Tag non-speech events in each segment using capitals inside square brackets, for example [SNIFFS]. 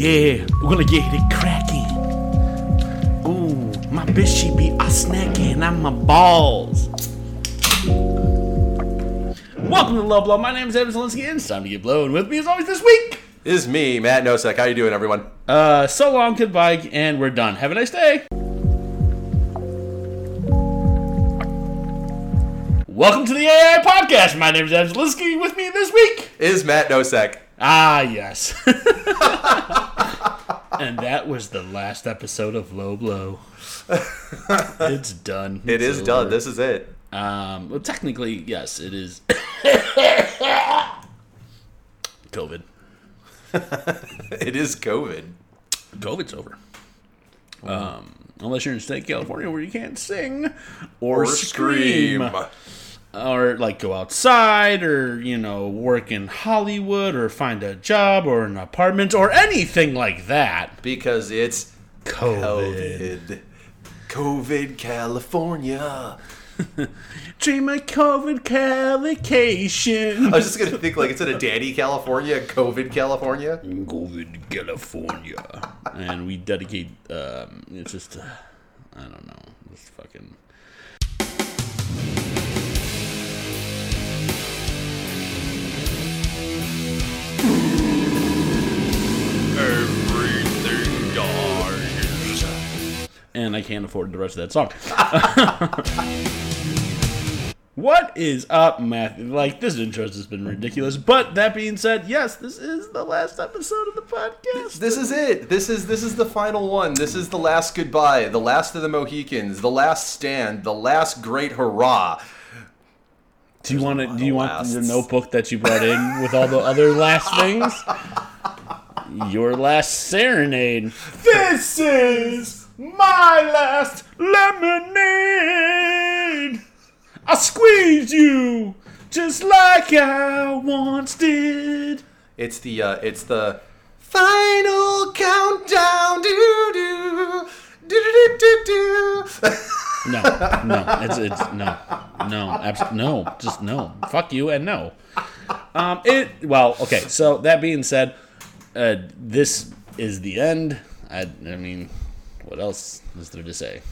We're gonna get it cracking. Ooh, my bitch, she be a snacking on my balls. Welcome to Love Blow. My name is Evan Zelinsky, and it's time to get blown. With me, as always, this week. This is me, Matt Nosek. How you doing, everyone? Uh, so long, goodbye, and we're done. Have a nice day. Welcome to the AI Podcast. My name is Evan Zelinsky. With me this week. Is Matt Nosek? Ah, [LAUGHS] yes. and that was the last episode of Low Blow. it's done. It is done. This is it. [LAUGHS] Um, well, technically, yes, it is. COVID. It is COVID. COVID's over. Um, unless you're in state California where you can't sing or, scream. or like go outside or you know work in Hollywood or find a job or an apartment or anything like that. because it's COVID. COVID. COVID California. Dream my COVID calication. I was just gonna think like instead of Danny California, COVID California. [LAUGHS] COVID California. and we dedicate. Um, it's just. Uh, I don't know. It's fucking. Everything dies. And I can't afford the rest of that song. [LAUGHS] What is up, Matthew? Like, this intro has been ridiculous. But that being said, yes, this is the last episode of the podcast. This is it. This is this is the final one. This is the last goodbye, the last of the Mohicans, the last stand, the last great hurrah. Do you want to? Do of you want lasts. your notebook that you brought in with all the other last [LAUGHS] things? Your last serenade. This is my last lemonade. I squeeze you just like I once did. It's the uh, it's the final countdown. Do do do do do do. [LAUGHS] No, no, it's it's no, no, abs- no, just no. Fuck you and no. Um, it well, okay. So that being said, uh, this is the end. I, I mean, what else is there to say?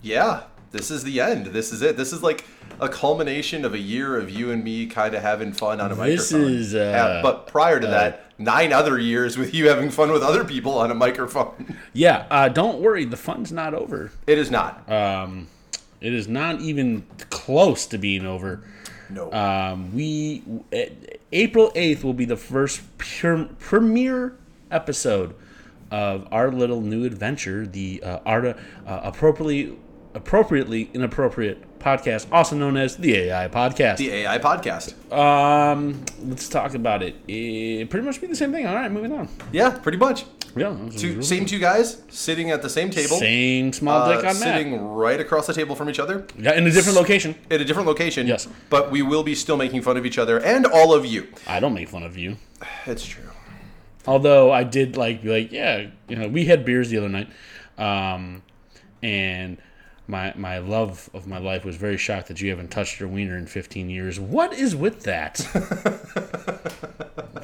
yeah, this is the end. This is it. This is like a culmination of a year of you and me kind of having fun on a This microphone. is, uh, Yeah, but prior to that, nine other years with you having fun with other people on a microphone. [LAUGHS] Yeah, uh, don't worry. The fun's not over. It is not. Um, it is not even close to being over. no. Um, we eh, April eighth will be the first pure, premiere episode of our little new adventure, the uh, art uh, appropriately appropriately inappropriate podcast, also known as the AI podcast. the AI podcast. um, let's talk about it. It pretty much be the same thing. All right, moving on. Yeah, pretty much. Yeah, that was Two, really- same two guys sitting at the same table, same small dick uh, on sitting that. right across the table from each other. Yeah, in a different location. at a different location. Yes. But we will be still making fun of each other and all of you. I don't make fun of you. It's true. Although I did like be like, yeah, you know, we had beers the other night, um, and my my love of my life was very shocked that you haven't touched your wiener in 15 years. What is with that?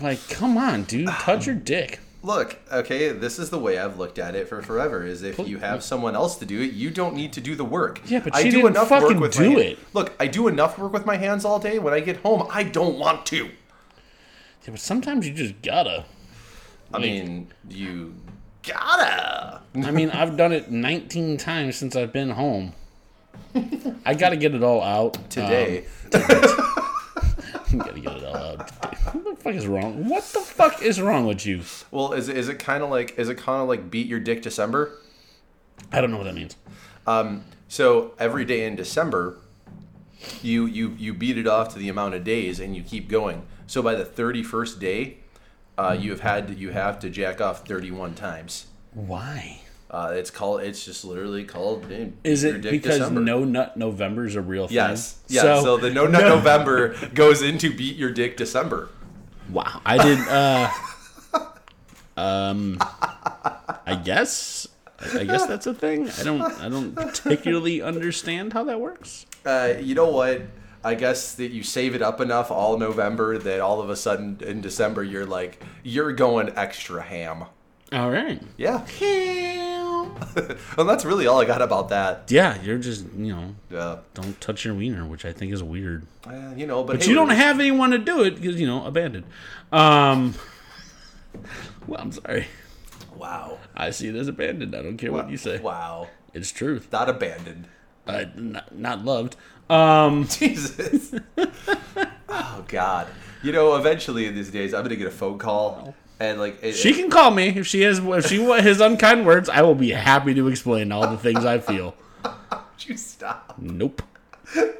like, come on, dude, touch your dick. Look, okay, this is the way I've looked at it for forever is if you have someone else to do it, you don't need to do the work. Yeah, but she didn't fucking my do hand- it. Look, I do enough work with my hands all day. When I get home, I don't want to. Yeah, but sometimes you just gotta. I mean, you gotta. I mean, I've done it 19 times since I've been home. I gotta get it all out Today. Um, gotta get it all out. What the fuck is wrong? What the fuck is wrong with you? well, is, is it kind of like is it kind of like beat your dick December? I don't know what that means. So every day in December, you you you beat it off to the amount of days, and you keep going. So by the thirty first day, uh, you have had you have to jack off thirty one times. Why? Uh, it's called. It's just literally called. eh, Is your it dick because December. no nut November is a real thing? Yes. Yeah. So, the [LAUGHS] no nut November goes into beat your dick December. Wow, I did. uh [LAUGHS] Um, I guess. I I guess that's a thing. I don't. I don't particularly understand how that works. Uh, you know what? I I guess that you save it up enough all November that all of a sudden in December you're like you're going extra ham. All right. Yeah. well, that's really all I got about that. Yeah, you're just you know Uh, don't touch your wiener, which I think is weird. eh, you know, but, But hey, you don't we're- have anyone to do it because you know abandoned. Um. [LAUGHS] Well, I'm sorry. Wow. I see it as abandoned. I don't care what you say. Wow. It's truth. Not abandoned. [LAUGHS] Uh, not, not loved. Um. Jesus. oh God. You know, eventually these days I'm gonna get a phone call and like it, She can call me if she has if she wa- his unkind words. I will be happy to explain all the things I feel. [LAUGHS] you stop. Nope.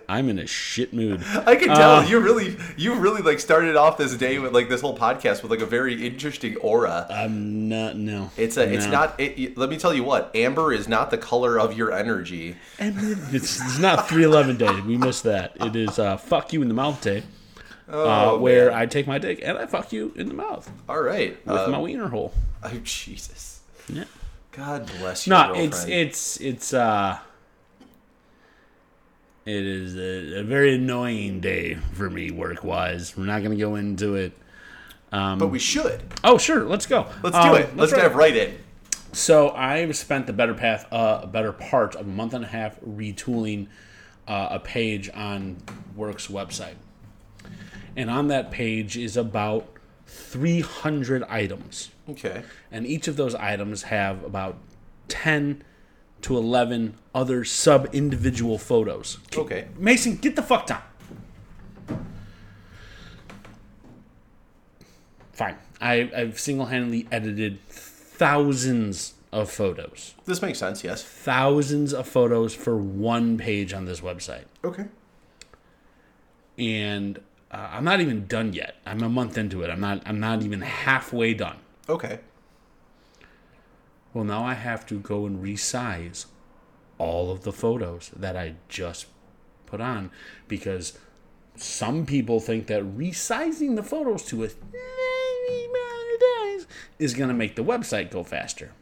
I'm in a shit mood. I can tell Uh. you really you really like started off this day with like this whole podcast with like a very interesting aura. I'm not. No. It's a it's No. not it, you- let me tell you what, amber is not the color of your energy. And It's, it's not 311 day. We missed that. It is uh, fuck you in the mouth day, uh, Oh, where I take my dick and I fuck you in the mouth All right. with Uh, my wiener hole. oh Jesus. Yeah. God bless you. No, it's girlfriend. it's it's uh, it is a, a very annoying day for me work wise. We're not gonna go into it. but we should. Oh sure, let's go. Let's Um, do it. Let's try- dive right in. So I've spent the better path, uh, better part of a month and a half retooling uh, a page on Works website, and on that page is about 300 items, Okay. and each of those items have about 10 to 11 other sub individual photos. Okay. Mason, get the fuck down. Fine. I, I've single handedly edited thousands of photos. This makes sense, yes. Thousands of photos for one page on this website. Okay. And uh, I'm not even done yet. I'm a month into it. I'm not I'm not even halfway done. Okay. Well, now I have to go and resize all of the photos that I just put on because some people think that resizing the photos to a tiny amount of size is going to make the website go faster.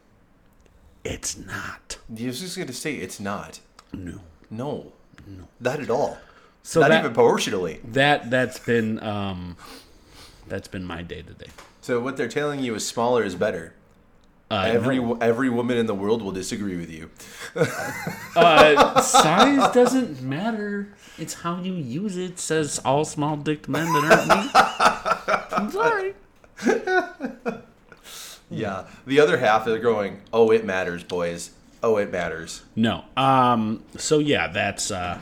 It's not. I was just gonna say it's not. No. No. No. Not at all. So not that, even proportionally. that that's been um that's been my day today. So what they're telling you is smaller is better. every every woman in the world will disagree with you. Uh, size doesn't matter. It's how you use it, says all small dick men that aren't me. I'm sorry. Yeah. The other half are going, "Oh, it matters, boys. Oh, it matters." No. Um. So yeah, that's uh.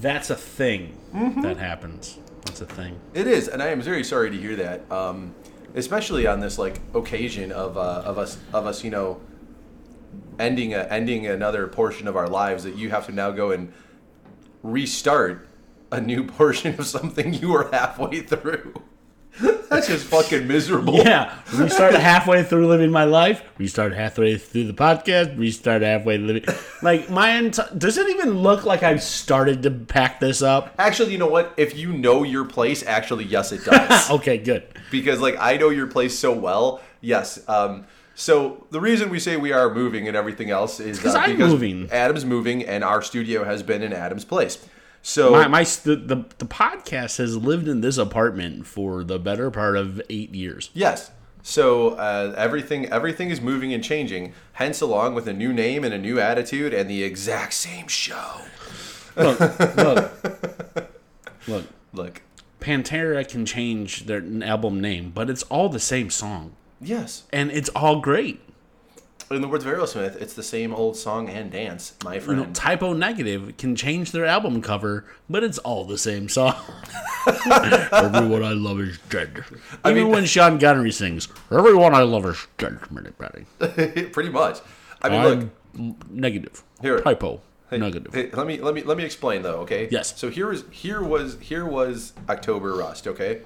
That's a thing that happens. That's a thing. It is, and I am very sorry to hear that. Um, especially on this like occasion of uh, of us of us, you know, ending a, ending another portion of our lives that you have to now go and restart a new [LAUGHS] portion of something you were halfway through. That's just fucking miserable. [LAUGHS] Yeah. Restart halfway through living my life. Restart halfway through the podcast. Restart halfway living. Like my entire. Does it even look like I've started to pack this up? Actually, you know what? If you know your place, actually, yes, it does. Okay. Good. because like I know your place so well. Yes. Um, so the reason we say we are moving and everything else is uh, because I'm moving. Adam's moving, and our studio has been in Adam's place. So My my the, the the podcast has lived in this apartment for the better part of eight years. yes. So uh, everything everything is moving and changing. Hence, along with a new name and a new attitude and the exact same show. Look. Look. [LAUGHS] look. Look. Pantera can change their n- album name, but it's all the same song, Yes. and it's all great. In the words of Aerosmith, it's the same old song and dance, my friend. Typo Negative can change their album cover, but it's all the same song. [LAUGHS] Everyone I love is dead. Even mean- when Sean Connery sings, "Everyone I love is dead," everybody. [LAUGHS] Pretty much. I mean, look. I'm negative. Here. Typo negative. Hey, let me let me let me explain though, okay? Yes. So here is here was here was October Rust, okay?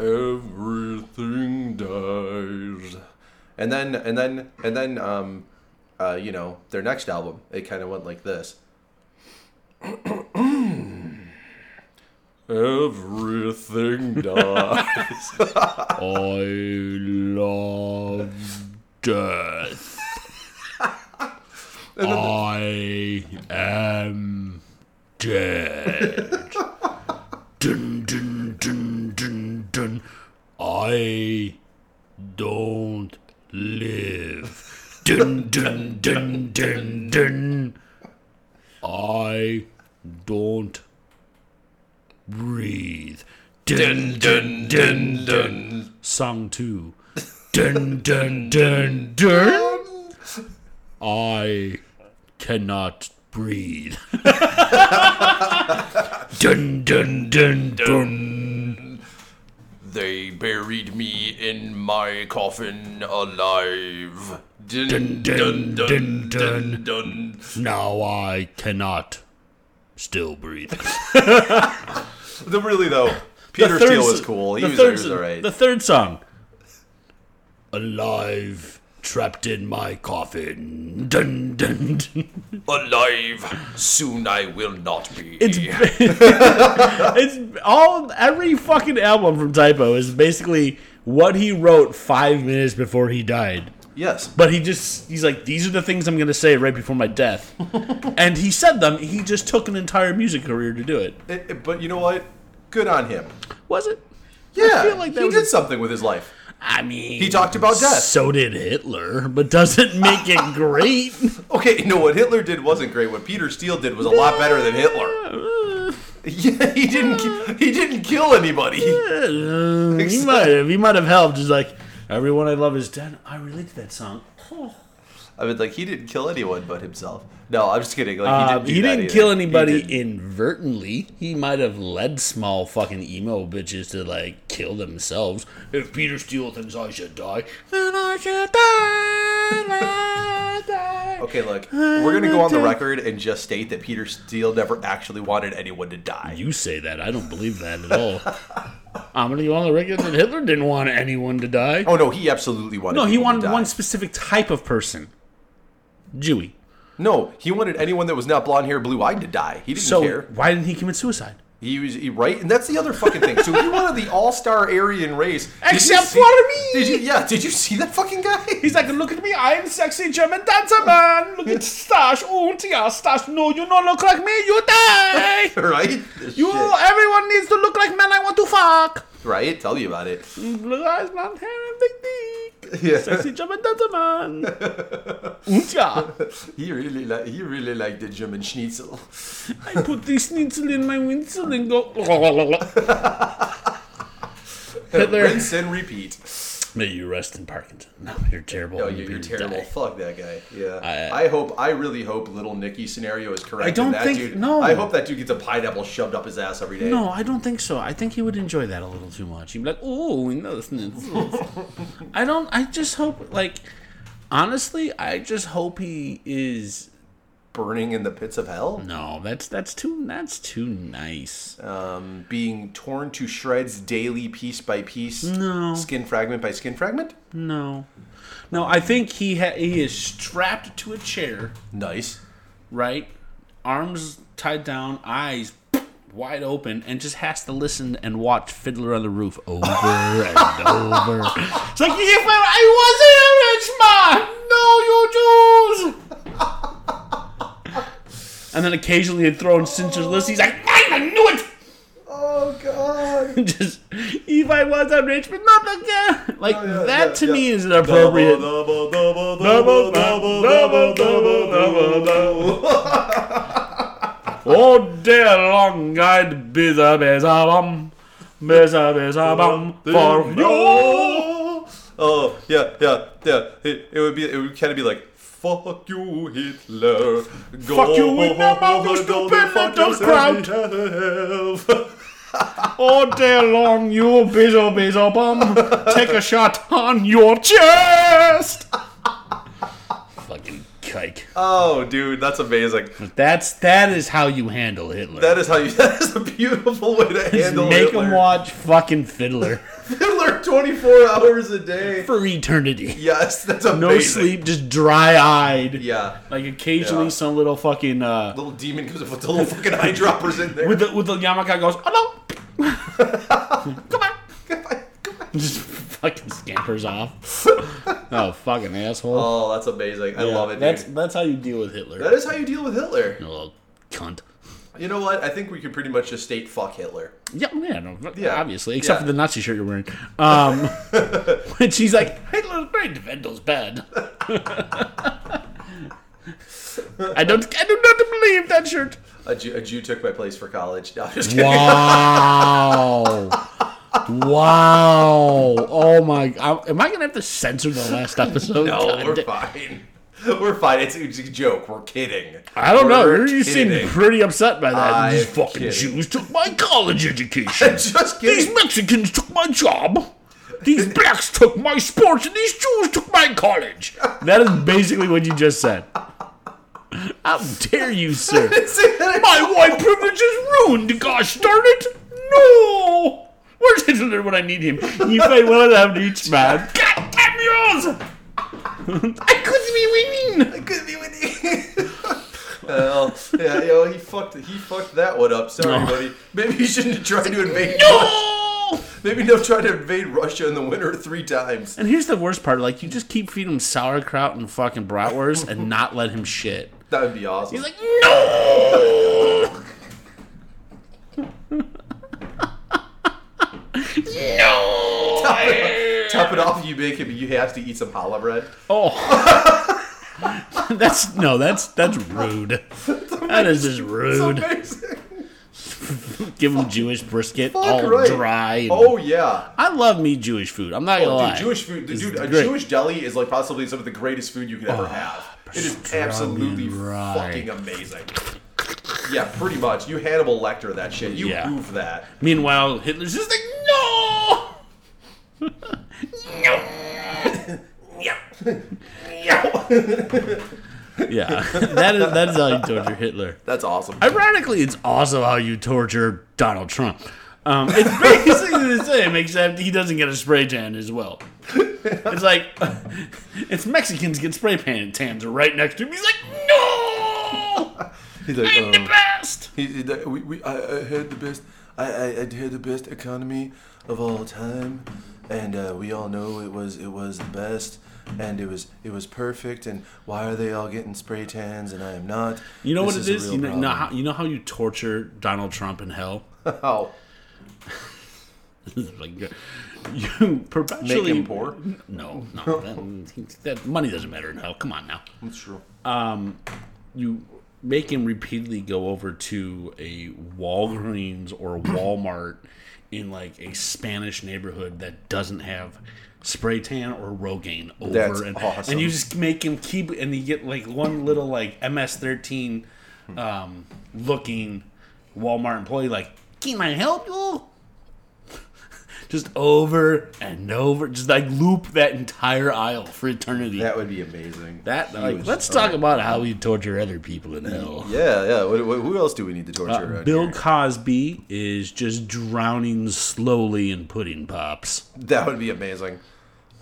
Everything dies. And then and then and then um uh you know, their next album, it kind of went like this. [CLEARS THROAT] Everything dies. I love death. I am dead. dun, dun, dun, dun, dun. I don't live. Dun, dun, dun, dun, dun. I don't breathe. Dun, dun, dun, dun. Song two. Dun, dun, dun, dun. I cannot breathe. [LAUGHS] dun, dun, dun, dun. They buried me in my coffin alive. Dun, dun, dun, dun. dun. Now I cannot still breathe. [LAUGHS] The, really though, Peter Steele was cool. He was, he was all right. The third song. Alive, trapped in my coffin. Dun, dun, dun. Alive, soon I will not be. It's, it's all every fucking album from Typo is basically what he wrote five minutes before he died. yes, But he just he's like, these are the things I'm gonna say right before my [LAUGHS] death, and he said them. He just took an entire music career to do it. It- it- eh, but you know what? Good on him. Was it? Yeah, feel like that he was did a- something with his life. I mean, He talked about death. So did Hitler, but doesn't make [LAUGHS] it great. Okay, you know what Hitler did wasn't great. What Peter Steele did was a lot better than Hitler. [LAUGHS] Yeah, he didn't. ki- He didn't kill anybody. Uh, [LAUGHS] he might have. He might have helped. He's like everyone I love is dead. I relate to that [LAUGHS] song. I mean, like he didn't kill anyone but himself. No, I'm just kidding. Like he Uh, didn't. do he that didn't either. kill He anybody didn't. inadvertently. He might have led small fucking emo bitches to like kill themselves. If Peter Steele thinks I should die, then I should die. die. [LAUGHS] Okay, look, we're gonna go on the record and just state that Peter Steele never actually wanted anyone to die. You say that. I don't believe that at [LAUGHS] all. I'm gonna go on the record that Hitler didn't want anyone to die. Oh no, he absolutely wanted. no, he people to wanted die. one specific type of person. Jewy. No, he wanted anyone that was not blonde hair, blue eyed to die. He didn't So care. why didn't he commit suicide? He was he, right, and that's the other fucking thing. So he wanted the all-star Aryan race, Did you Except see- for me! Did you? Yeah, did you see that fucking guy? He's like, look at me, I am sexy German dancer man. Look [LAUGHS] at stash, und ja, stash. No, you don't look like me, you die. [LAUGHS] right? You, Shit. everyone needs to look like men. I want to fuck. right? Tell you about it. Blue eyes, blonde hair, and big dick. Yeah. Sexy German dancer [LAUGHS] man. Und ja, He really like he really liked the German Schnitzel. [LAUGHS] I put this schnitzel in my windsel and [LAUGHS] go. [LAUGHS] Hitler. Rinse and repeat. May you rest in Parkinson. No, you're terrible. Oh, and you're, you you're terrible. die. Fuck that guy. Yeah. I- uh, I, hope. I really hope Little Nicky scenario is correct. I and don't that think- Dude, no. I hope that dude gets a pineapple shoved up his ass every day. No, I don't think so. I think he would enjoy that a little too much. He'd be like, "Oh, we know this." I don't. I just hope, like, honestly, I just hope he is. Burning in the pits of hell. No, that's that's too that's too nice. Um, being torn to shreds daily, piece by piece. No. Skin fragment by skin fragment. No, no, I think he ha- he is strapped to a chair, Nice. right, arms tied down, eyes [SNIFFS] wide open, and just has to listen and watch Fiddler on the Roof over [LAUGHS] and over. It's like if I, I wasn't a rich man. No, you Jews. And then occasionally he'd throw in Cincher's list. He's like, I knew it! [LAUGHS] Oh God. Just, if I was a rich man, not again. Like, Oh, yeah, that yeah, to yeah. me is an [LAUGHS] appropriate. Double, double, double, double, double, double, double, double, double. Oh dear long eyed biza biza bum biza biza bum Um, for you. Oh yeah, yeah, yeah. It, it would be it would kind of be like fuck you Hitler, Go Fuck you, Hitler, mouth, you stupid little yourself in hell. All day Oh, long you biza biza bum take a shot on your chest. Fucking kike. [LAUGHS] Oh, dude, that's amazing. That's that is how you handle Hitler. That is how you. [LAUGHS] That is a beautiful way to Just handle make Hitler. him watch fucking [LAUGHS] Fiddler Hitler twenty four hours a day. for eternity. Yes, that's amazing. No sleep, just dry eyed. Yeah. Like occasionally Yeah. some little fucking uh Little demon comes up with the little [LAUGHS] fucking eyedroppers in there. with the with the Yamaka goes, oh [LAUGHS] no, come on, [LAUGHS] just fucking scampers [LAUGHS] off. oh fucking asshole! Oh, that's amazing. I Yeah, love it. That's dude. that's how you deal with Hitler. That is how you deal with Hitler. You little cunt. You know what? I think we could pretty much just state fuck Hitler. Yeah, yeah, no, but Yeah. obviously, except Yeah. for the Nazi shirt you're wearing. [LAUGHS] Um, and she's like, Hitler's great, Vendel's [LAUGHS] bad. [LAUGHS] I don't, I do not believe that shirt. A Jew, a Jew took my place for college. No, I'm just kidding. Wow, wow, oh my! I, am I gonna have to censor the last episode? No, God we're da- fine. [LAUGHS] We're fine. It's, it's a joke. We're kidding. I don't know. We're You're- You seem kidding. [LAUGHS] pretty upset by that. I'm These fucking kidding. Jews took my college education. [LAUGHS] just These kidding. Mexicans took my job. These blacks took my sports, and these Jews took my college. That is basically what you just said. How dare you, sir? My white privilege is ruined, gosh darn it! No! Where's Hitler when I need him? [LAUGHS] You fight one of them to each man. God damn yours! [LAUGHS] I could be winning! I could be with you. [LAUGHS] Well, yeah, you know, he fucked. He fucked that one up. Sorry, No. buddy. Maybe you shouldn't try [LAUGHS] to invade. No! Maybe don't try to invade Russia in the winter three times. And here's the worst part like, you just keep feeding him sauerkraut and fucking bratwurst and not let him shit. That would be awesome. He's like, [LAUGHS] no! no! Top it off, you make him. You have to eat some challah bread. Oh. [LAUGHS] that's no, that's that's rude. That is just rude. Amazing. [LAUGHS] Give him Jewish brisket, all Fuck right. dry. and- Oh yeah. I love me Jewish food. I'm not gonna Dude, lie. Jewish food, Oh, This dude. is A great. Jewish deli is like possibly some of the greatest food you could ever have. It is absolutely and rye. fucking amazing. Yeah, pretty much. You Hannibal Lecter that shit. You Yeah. prove that. Meanwhile, Hitler's just like, no, [LAUGHS] [LAUGHS] no. Yeah. yeah. yeah, [LAUGHS] that is that is how you torture Hitler. That's awesome. Ironically, it's also how you torture Donald Trump. Um, it's basically the same, except he doesn't get a spray tan as well. It's like it's Mexicans get spray pan tans right next to him. He's like, no, He's like, I'm the um, best. he- he- that- we, we, I, I had the best. I, I, I had the best economy of all time, and uh, we all know it was it was the best, and it was it was perfect. And why are they all getting spray tans and I am not? You know This what it a is? real You know, problem. know how, you know how you torture Donald Trump in hell? [LAUGHS] Oh, like, uh, you make perpetually him poor. No, no, that, that money doesn't matter in hell. Come on now. That's true. you make him repeatedly go over to a Walgreens or Walmart in like a Spanish neighborhood that doesn't have spray tan or Rogaine over That's and, awesome. and you just make him keep and you get like one little like MS13 um, looking Walmart employee like can I help you? [LAUGHS] Just over and over, just like loop that entire aisle for eternity. That would be amazing. That He like, was- let's talk about how we torture other people in hell. Yeah, yeah. What, what, who else do we need to torture? around Uh, Bill here? Cosby is just drowning slowly in pudding pops. That would be amazing.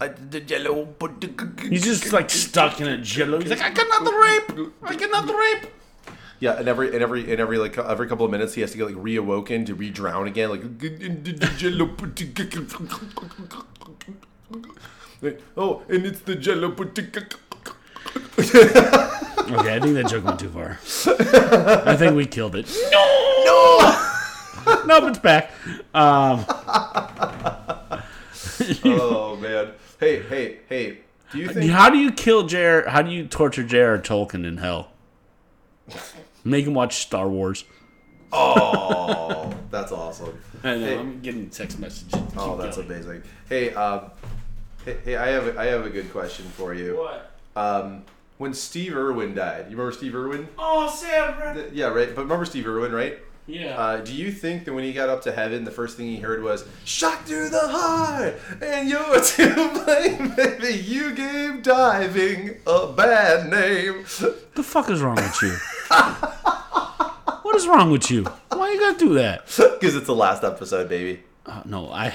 I, the yellow, but the- He's just like stuck in a jello. He's like, I cannot rape. I cannot rape. Yeah, and every and every and every like every couple of minutes he has to get like reawoken to re-drown again. Like [LAUGHS] oh, and it's the jello. Okay, I think that joke went too [LAUGHS] far. I think we killed it. No. Nope, it's back. Um, [LAUGHS] Oh man. Hey, hey, hey. Do you [LAUGHS] think? how do you kill J.R. How do you torture J.R. Tolkien in hell? Make him watch Star Wars. Oh, that's awesome. I know. Hey. I'm getting text messages. Oh, that's amazing. Hey, um, hey, hey, I have a, I have a good question for you. What? Um, when Steve Irwin died, you remember Steve Irwin? Oh, Sam. Yeah, right. But remember Steve Irwin, right? Yeah. Uh, do you think that when he got up to heaven, the first thing he heard was "Shot through the heart," and you're [LAUGHS] to blame, baby. You gave diving a bad name. [LAUGHS] The fuck is wrong with you? what is wrong with you? Why you gotta do that? Because it's the last episode, baby. Uh, no, I.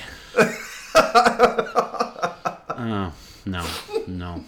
Uh, no, no,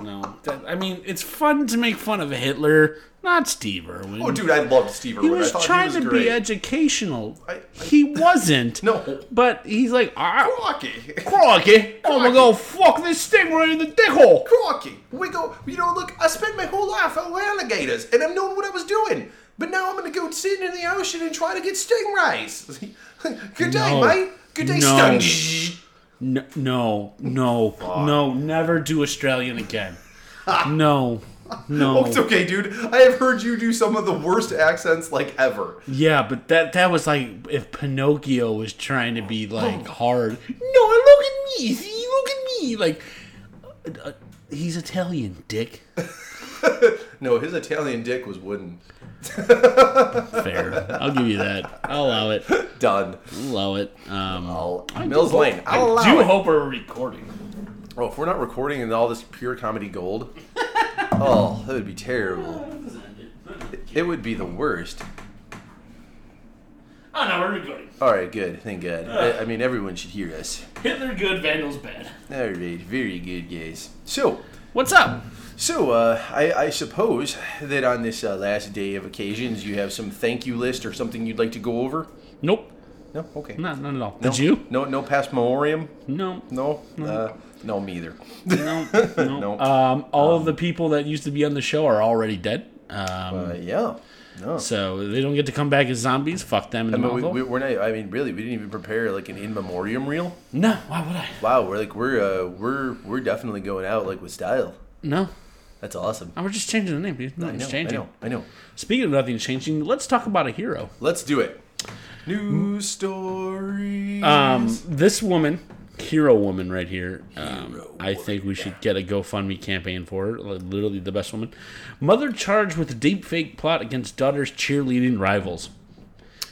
no. That, I mean, it's fun to make fun of Hitler, not Steve Irwin. Oh, dude, I loved Steve he Irwin. I was thought trying he was to great. be educational. I- I- he wasn't. [LAUGHS] No. but he's like, ah, Crocky, crikey, I'm gonna go fuck this stingray in the dick hole. crocky. We go. You know, look. I spent my whole life out with alligators, and I'm doing what I was doing. But now I'm gonna go sit in the ocean and try to get stingrays. [LAUGHS] Good day, No. mate. Good day, No. stung. No, no, no, no, never do Australian again. no, [LAUGHS] no. It's okay, dude. I have heard you do some of the worst accents like ever. Yeah, but that that was like if Pinocchio was trying to be like hard. No, look at me. See, look at me. Like uh, uh, he's Italian, dick. No, his Italian dick was wooden. Fair. I'll give you that. I'll allow it. Done. Allow it. Um, I'll, Mills Lane. I I'll allow do it. hope we're recording. Oh, if we're not recording in all this pure comedy gold, [LAUGHS] oh, that would be terrible. It would be the worst. Oh no, we're recording. All right, good. Thank God. I, I mean, everyone should hear us. Hitler good, Vandals bad. All right, very good, guys. So, What's up? so uh, I, I suppose that on this uh, last day of occasions, you have some thank you list or something you'd like to go over. Nope. No, okay. No, not at all. No, Did you? No, no past memoriam. No. No, uh, no, me either. [LAUGHS] No. No. Nope. Um, all of the people that used to be on the show are already dead. Um, Uh, yeah, no. So they don't get to come back as zombies. Fuck them in the I mean, we, novel. we, we're not. I mean, really, we didn't even prepare like an in memoriam reel. no, why would I? Wow, we're like we're uh, we're we're definitely going out like with style. No, That's awesome. I was just changing the name, dude. Nothing's I know, I changing. know. I know. Speaking of nothing changing, let's talk about a hero. Let's do it. News story. Um, this woman, hero woman, right here. Um, I think we should get a GoFundMe campaign for her. Like, literally the best woman. Mother charged with deep fake plot against daughter's cheerleading rivals.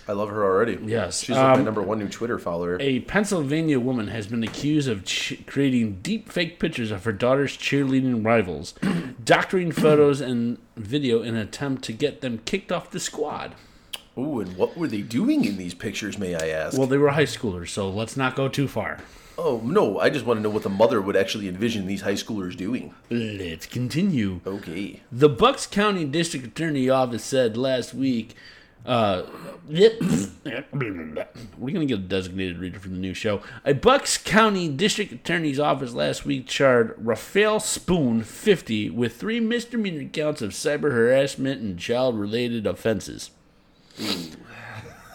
I love her already. Yes, she's like my um, number one new Twitter follower. A Pennsylvania woman has been accused of ch- creating deep fake pictures of her daughter's cheerleading rivals, [CLEARS THROAT] doctoring photos and video in an attempt to get them kicked off the squad. Ooh, and what were they doing in these pictures? May I ask? Well, they were high schoolers, so let's not go too far. oh no, I just want to know what the mother would actually envision these high schoolers doing. Let's continue. Okay. The Bucks County District Attorney Office said last week. Uh, [COUGHS] we're gonna get a designated reader for the new show. A Bucks County District Attorney's Office last week charged Raphael Spoon, 50, with three misdemeanor counts of cyber harassment and child-related offenses.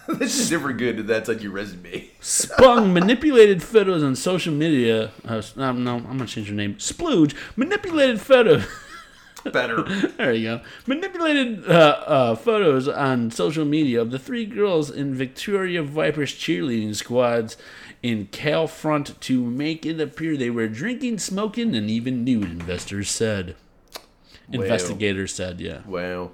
this is never good. If that's on your resume. [LAUGHS] Spung manipulated photos on social media. Uh, s- no, no, I'm gonna change your name. Splooge manipulated photos. Better. There you go. Manipulated uh, uh, photos on social media of the three girls in Victoria Vipers cheerleading squads in Cal Front to make it appear they were drinking, smoking, and even nude, investors said. Investigators said, yeah. wow.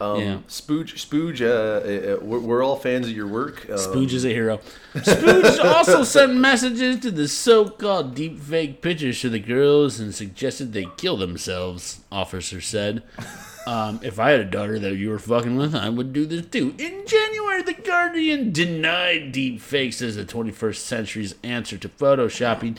Um, Yeah. Spooge, Spooge, uh, uh, uh, we're, we're all fans of your work. Um, Spooge is a hero. Spooge also [LAUGHS] sent messages to the so called deepfake pictures to the girls and suggested they kill themselves, officer said. Um, if I had a daughter that you were fucking with, I would do this too. In January, The Guardian denied deepfakes as the 21st century's answer to photoshopping,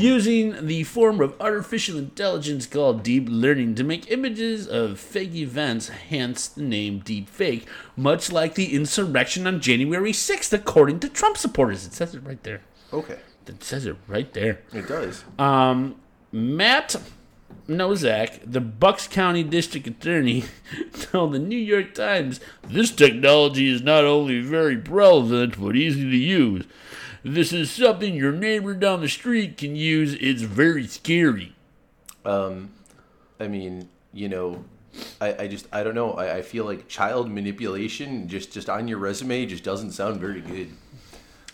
using the form of artificial intelligence called deep learning to make images of fake events, hence the name deepfake, much like the insurrection on January 6th, according to Trump supporters. It says it right there. Okay. Uh, It says it right there. It does. Matt Nozak, the Bucks County District Attorney, [LAUGHS] told the New York Times this technology is not only very relevant but easy to use. This is something your neighbor down the street can use. It's very scary. I mean, you know, I, I just I don't know. I, I feel like child manipulation just just on your resume just doesn't sound very good.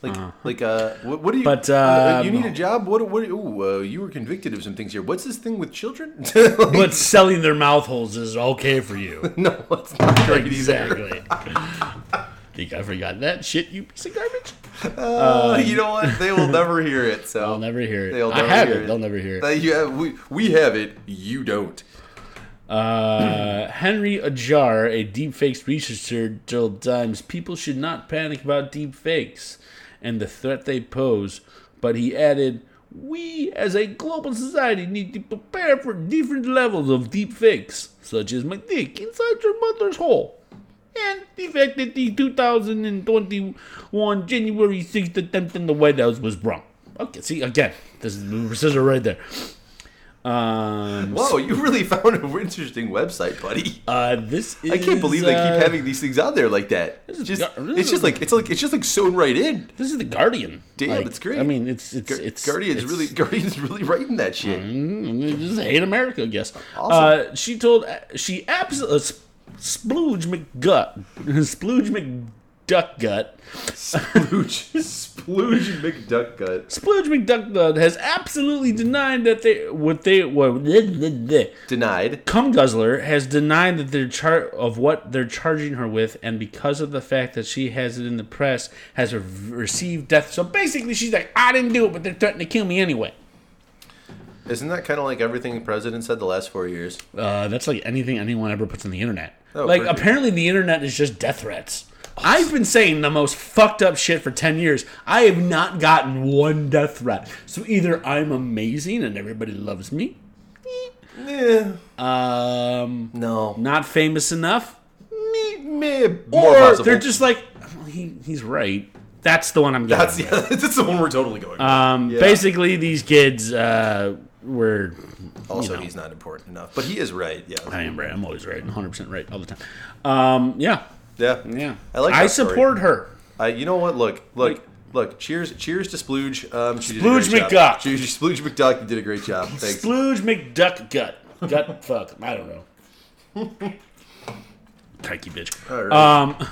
Like like uh, what, what do you? Uh-huh. uh, But, you um, need a job. What what? Ooh, uh, you were convicted of some things here. What's this thing with children? [LAUGHS] But selling their mouth holes is okay for you. [LAUGHS] no, it's not great either. exactly. [LAUGHS] Think I forgot that shit, you piece of garbage? Uh, you know what? They will never hear it. So They'll never hear it. They'll I never have hear it. it. They'll never hear it. you have, we we have it. You don't. Uh, [CLEARS THROAT] Henry Ajar, a deepfakes researcher, told Times people should not panic about deepfakes and the threat they pose, but he added, "We as a global society need to prepare for different levels of deepfakes, such as my dick inside your mother's hole." And the fact that the 2021 January 6th attempt in the White House was wrong. Okay, see, again, this is, this is right there. Um, Whoa, you [LAUGHS] really found an interesting website, buddy. uh, this is, I can't believe they uh, keep having these things out there like that. It's is just, gar- this it's is- just like it's like it's just like sewn right in. This is the Guardian. Damn, Like, it's great. I mean, it's it's Gu- it's Guardian's it's- really Guardian's really writing that [LAUGHS] shit. Mm, they just hate America, I guess. Awesome. Uh, she told she absolutely uh, splooge McGut, [LAUGHS] splooge McDuckgut, Splooge, Splooge McDuckgut. splooge McDuckgut has absolutely denied that they what they what [LAUGHS] Denied. Cum Guzzler has denied that their char- of what they're charging her with, and because of the fact that she has it in the press, has re- received death. So basically, she's like, I didn't do it, but they're threatening to kill me anyway. Isn't that kind of like everything the president said the last four years? Uh, that's like anything anyone ever puts on the internet. Oh, like perfect. apparently the internet is just death threats. I've been saying the most fucked up shit for ten years. I have not gotten one death threat. So either I'm amazing and everybody loves me, Yeah. um, Eh, No. not famous enough, Me, me, or more possible. they're just like, well, he, he's right. That's the one I'm getting. [LAUGHS] That's, yeah, [LAUGHS] that's the one we're totally going. um, Basically, these kids uh, were. also, know. he's not important enough, but he is right. Yeah. I am right. I'm always right. 100 percent right all the time. Um, yeah, yeah. yeah. I like. I that story. support her. I, you know what? Look, look, look. Cheers, cheers to Splooge. Um, she did a Splooge great job. McDuck. Cheers, Splooge McDuck. You did a great job. Thanks. Splooge McDuck gut. Gut [LAUGHS] fuck. I don't know. Tykey bitch. All right. Um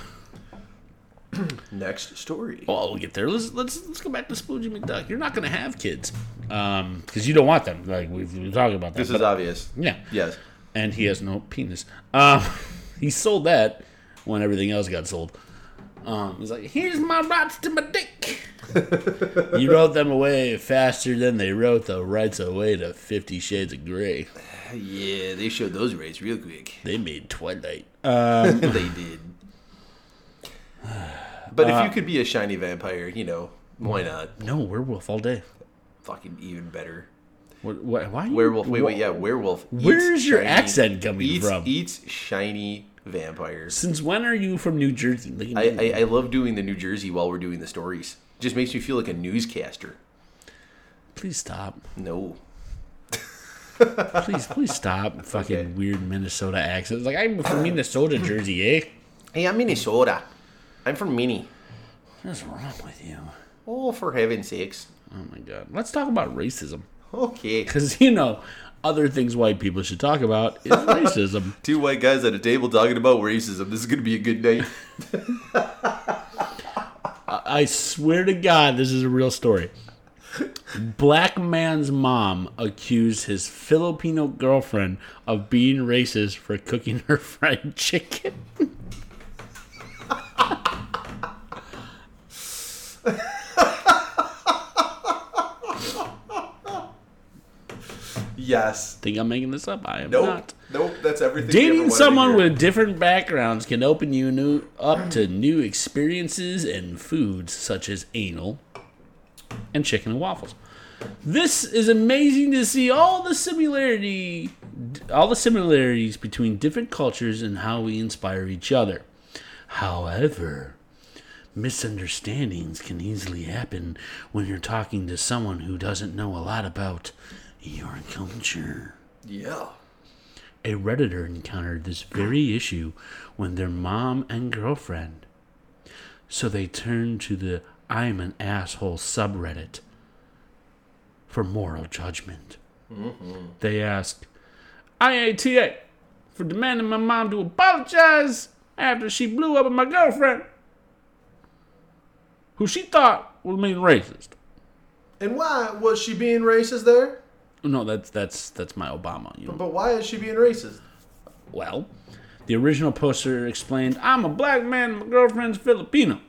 Next story. well we'll get there. Let's let's let's go back to Sploogey McDuck. You're not gonna have kids. Um because you don't want them. Like we've been talking about that. This is but- obvious. yeah. Yes. And he has no penis. Um [LAUGHS] he sold that when everything else got sold. Um he's like, here's my rights to my dick. you wrote them away faster than they wrote the rights away to Fifty Shades of Grey. Uh, Yeah, they showed those rates real [LAUGHS] quick. They made Twilight. Uh, they did. But Uh, if you could be a shiny vampire, you know, why not? No, werewolf all day. Fucking even better. What, what, why? are you- Werewolf. Wait, wait, wh- yeah, werewolf. eats Where's your accent coming eats- from? Eats shiny vampires. Since when are you from New Jersey? Look at me. I, I, I love doing the New Jersey while we're doing the stories. Just makes me feel like a newscaster. please stop. No. Please, please stop. Fucking weird Minnesota accent. It's Like I'm from Minnesota, Jersey, eh? Hey, I'm Minnesota. I'm from Mini. What's wrong with you? Oh, for heaven's sakes. Oh my god. Let's talk about racism, Okay. because you know, other things white people should talk about is racism. [LAUGHS] Two white guys at a table talking about racism. This is going to be a good night. I swear to God, this is a real story. Black man's mom accused his Filipino girlfriend of being racist for cooking her [LAUGHS] fried chicken. yes. Think I'm making this up? I am Nope. not. Nope. That's everything. we ever Dating wanted to someone hear. with different backgrounds can open you new, up to new experiences and foods such as anal and chicken and waffles. This is amazing to see all the similarity, all the similarities between different cultures and how we inspire each other. However, misunderstandings can easily happen when you're talking to someone who doesn't know a lot about your culture. Yeah. A Redditor encountered this very issue when their mom and girlfriend. So they turned to the I'm an asshole subreddit for moral judgment. They asked IATA for demanding my mom to apologize after she blew up at my girlfriend, who she thought was being racist. And why was she being racist there? No, that's that's that's my Obama. You know, But why is she being racist? Well, the original poster explained, I'm a black man, and my girlfriend's Filipino.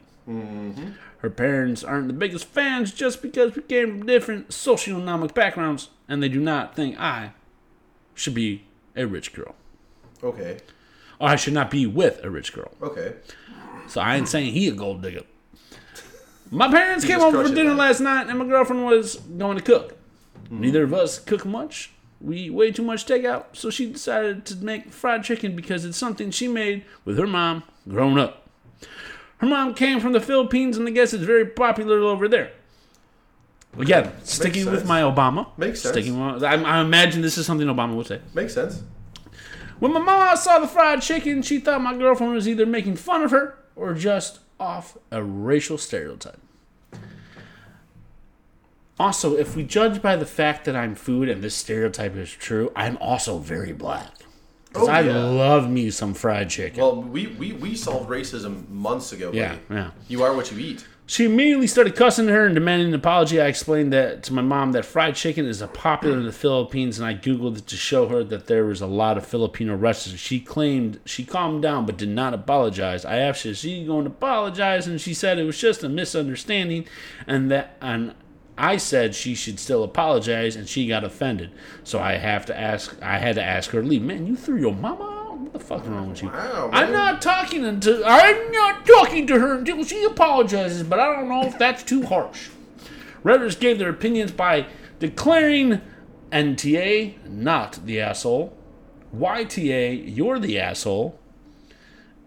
Her parents aren't the biggest fans just because we came from different socioeconomic backgrounds, and they do not think I should be a rich girl. Okay. Or I should not be with a rich girl. Okay. So I ain't saying he a gold digger. My parents came just over crush for it, dinner man. last night, and my girlfriend was going to cook. Mm-hmm. Neither of us cook much. We eat way too much takeout, so she decided to make fried chicken because it's something she made with her mom growing up. Her mom came from the Philippines, and I guess it's very popular over there. Again, sticking with sense. my Obama. Makes sense. Sticking with my, I, I imagine this is something Obama would say. Makes sense. When my mama saw the fried chicken, she thought my girlfriend was either making fun of her or just off a racial stereotype. Also, if we judge by the fact that I'm food and this stereotype is true, I'm also very black. Because Oh, I yeah. love me some fried chicken. Well, we, we, we solved racism months ago. Buddy. yeah, yeah. You are what you eat. She immediately started cussing her and demanding an apology. I explained that to my mom that fried chicken is a popular in the Philippines, and I googled it to show her that there was a lot of Filipino restaurants. She claimed she calmed down but did not apologize. I asked her, "Is she going to apologize?" And she said it was just a misunderstanding, and that and I said she should still apologize, and she got offended. So I have to ask. I had to ask her to leave. Man, you threw your mama. out? What the fuck's wrong with you? Wow, I'm man. not not talking until I'm not talking to her until she apologizes, but I don't know if that's too harsh. Redditors gave their opinions by declaring NTA not the asshole, YTA you're the asshole,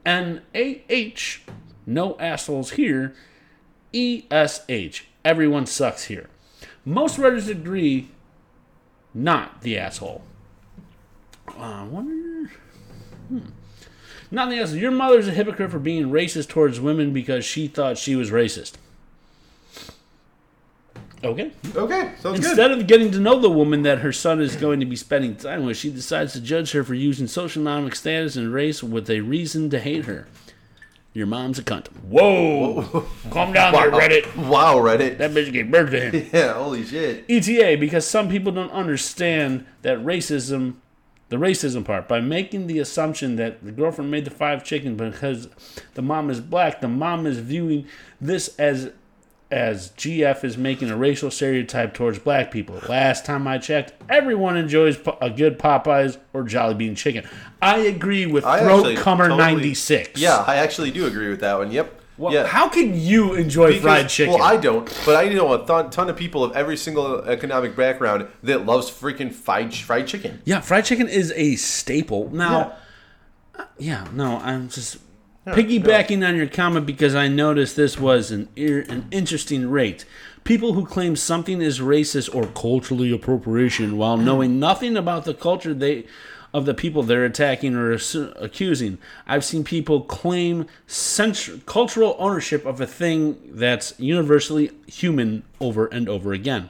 and AH no assholes here, ESH everyone sucks here. Most Redditors agree not the asshole. Uh, I wonder. Nothing else. Your mother's a hypocrite for being racist towards women because she thought she was racist. Okay. Okay, sounds good. Instead of getting to know the woman that her son is going to be spending time with, she decides to judge her for using social economic status and race with a reason to hate her. Your mom's a cunt. Whoa! Calm down there, Reddit. Wow, Reddit. [LAUGHS] That bitch gave birth to him. Yeah, holy shit. ETA E because some people don't understand that racism, the racism part, by making the assumption that the girlfriend made the five chicken because the mom is black, the mom is viewing this as as GF is making a racial stereotype towards black people. Last time I checked, everyone enjoys po- a good Popeyes or Jolly Bean chicken. I agree with I Throat actually Cummer totally- 96. Yeah, I actually do agree with that one. Yep. Well, yeah. How can you enjoy fried Because- chicken? Well, I don't, but I know a ton, ton of people of every single economic background that loves freaking fried fried chicken. Yeah, fried chicken is a staple. Now, yeah, no, I'm just piggybacking on your comment because I noticed this was an ear, an interesting rate. People who claim something is racist or culturally appropriation while [CLEARS THROAT] knowing nothing about the culture they of the people they're attacking or assu- accusing. I've seen people claim censor- cultural ownership of a thing that's universally human over and over again.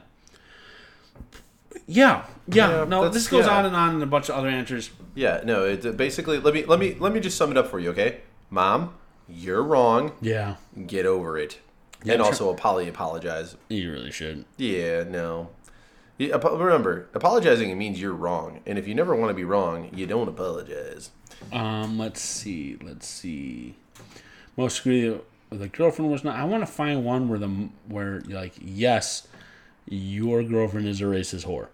Yeah, yeah. Yeah, no, that's- this goes yeah. on and on and a bunch of other answers. Yeah, no, it's uh, basically let me let me let me just sum it up for you, okay? Mom, you're wrong. Yeah, Get over it. and tr- also apolly apologize. you really should. Yeah, no. Yeah, apo- remember, apologizing means you're wrong, and if you never want to be wrong, you don't apologize. Um, let's see. Let's see. Most agree the girlfriend was not. I want to find one where the where like yes, your girlfriend is a racist whore.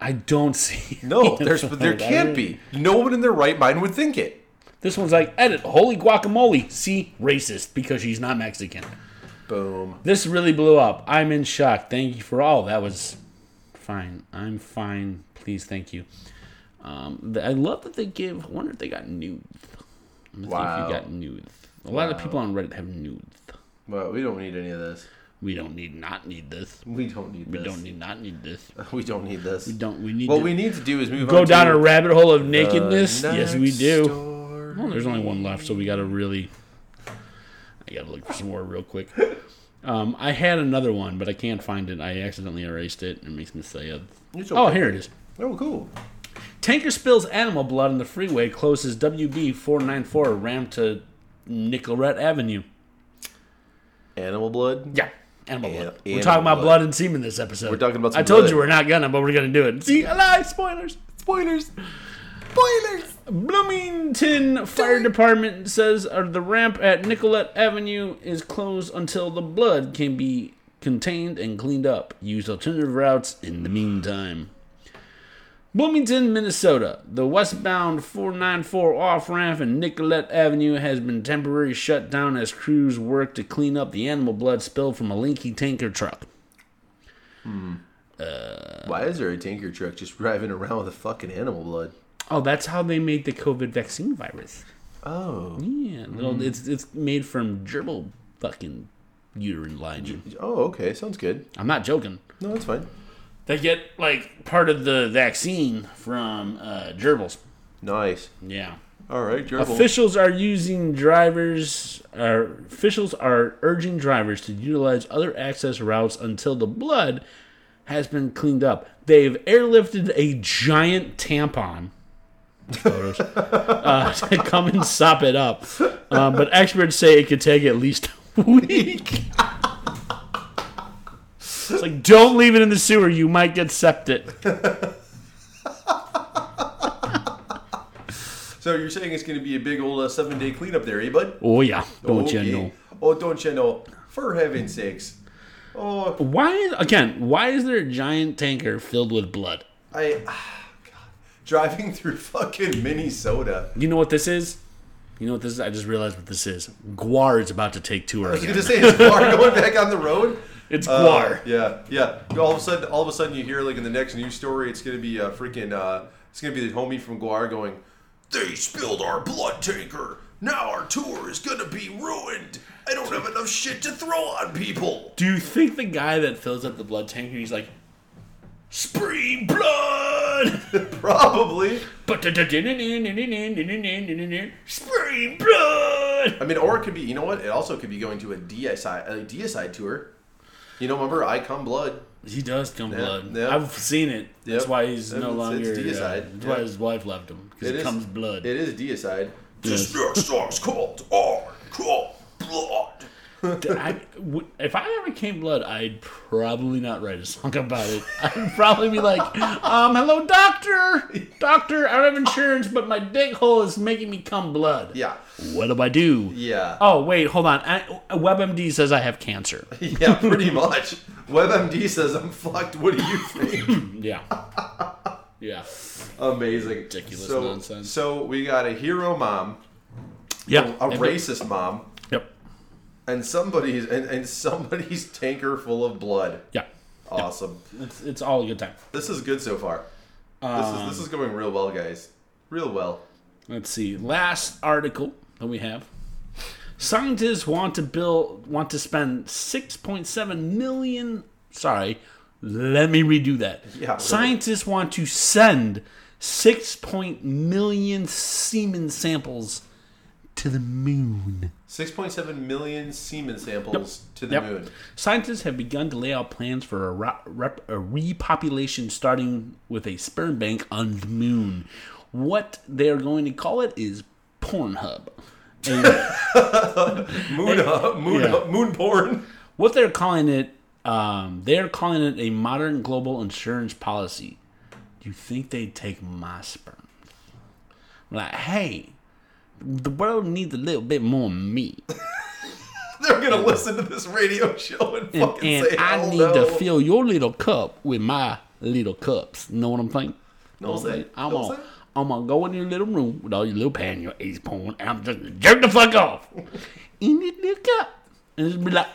I don't [LAUGHS] see. No, any there's of there those. I can't really- be. No one in their right mind would think it. This one's like edit. Holy guacamole. See, racist because she's not Mexican. Boom. This really blew up. I'm in shock. Thank you for all. That was fine. I'm fine. Please, thank you. Um, th- I love that they give. I wonder if they got nude. I'm gonna see Wow. if you got nude. A lot of people on Reddit have nude. Well, we don't need any of this. We don't need not need this. We don't need this. We don't need not need this. [LAUGHS] We don't need this. We don't. We need What to we need to do is move go on down to a rabbit hole of the nakedness. Yes, we next do. story. Well, there's only one left, so we gotta really. I gotta look for some more real [LAUGHS] quick. Um, I had another one, but I can't find it. I accidentally erased it. It makes me say, a- It's "Oh, okay. here it is." Oh, cool. Tanker spills animal blood on the freeway. Closes WB four nine four ramp to Nicolette Avenue. Animal blood. Yeah, animal Yeah, blood. we're animal talking about blood. blood and semen this episode. We're talking about I some told blood. you we're not gonna, but we're gonna do it. See, I lied. Spoilers. Spoilers. Spoilers. Bloomington Fire Department says uh, the ramp at Nicolette Avenue is closed until the blood can be contained and cleaned up. Use alternative routes in the meantime. Bloomington, Minnesota. The westbound 494 off ramp in Nicolette Avenue has been temporarily shut down as crews work to clean up the animal blood spilled from a leaky tanker truck. Why is there a tanker truck just [LAUGHS] driving around with a fucking animal blood? Oh, that's how they made the COVID vaccine virus. Oh. Hmm? Mm. Yeah, little, it's it's made from gerbil fucking uterine lining. Oh, okay. Sounds good. I'm not joking. No, that's fine. They get like part of the vaccine from uh, gerbils. Nice. Yeah. All right, gerbil. Officials are using drivers. Are, officials are urging drivers to utilize other access routes until the blood has been cleaned up. They've airlifted a giant tampon. Photos uh, [LAUGHS] to come and sop it up, uh, but experts say it could take at least a [LAUGHS] week. It's like don't leave it in the sewer; you might get septic. So you're saying it's going to be a big old uh, seven day cleanup there, eh, bud? Oh yeah, don't you Okay. know? Oh, don't you know? For heaven's sakes. Oh, Why again? Why is there a giant tanker filled with blood? I. [SIGHS] ah, God. Driving through fucking Minnesota. You know what this is? You know what this is? I just realized what this is. Guar is about to take tour I was again. going to say, is [LAUGHS] Guar going back on the road? It's Uh, Guar. yeah, yeah. All of a sudden, all of a sudden, you hear like in the next news story, it's going to be a freaking. Uh, it's going to be the homie from Guar going. They spilled our blood tanker. Now our tour is going to be ruined. I don't have enough shit to throw on people. Do you think the guy that fills up the blood tanker, he's like, Spring blood! Probably. Spring blood! I mean, or it could be, you know what? It also could be going to a DSI, a DSI tour. You know, remember, I come blood. He does come blood. yeah. I've seen it. That's Yep. why he's no It's- it's longer. uh, deicide. that's why Yeah. his wife left him because It it, is- comes blood. It is DSI. Yes. next song's called R. Call Blood. I, w- if I ever came blood, I'd probably not write a song about it. I'd probably be like, um, "Hello, doctor, doctor, I don't have insurance, but my dick hole is making me come blood. Yeah. What do I do? Yeah. [LAUGHS] Oh wait, hold on. I, WebMD says I have cancer. Yeah, pretty much. WebMD says I'm fucked. What do you think? [LAUGHS] Yeah, yeah, Amazing. Ridiculous so, nonsense. So we got a hero mom, a yep. Yep. racist mom, Yep. and somebody's and, and somebody's tanker full of blood. Yeah. Awesome. It's it's all a good time. This is good so far. this is this is Um, going real well, guys. Real well. Let's see. Last article that we have. Scientists want to build want to spend 6.7 million sorry, let me redo that. Yeah, really. Scientists want to send 6. point million semen samples to the moon. 6.7 million semen samples to the Yep. moon. Scientists have begun to lay out plans for a, ro- rep- a repopulation starting with a sperm bank on the moon. What they're going to call it is Pornhub. And Moon up, moon yeah. up, moon porn. [LAUGHS] what they're calling it, um, they're calling it a modern global insurance policy. Do you think they'd take my sperm? Like, hey, the world needs a little bit more of me. [LAUGHS] They're gonna listen to this radio show and And, fucking and say, I "Hell need no." to fill your little cup with my little cups. Know what I'm saying? No say. I'm No gonna, say. I'm gonna go in your little room with all your little pan, your ace porn, and I'm just gonna jerk the fuck [LAUGHS] off in your little cup, and just be like,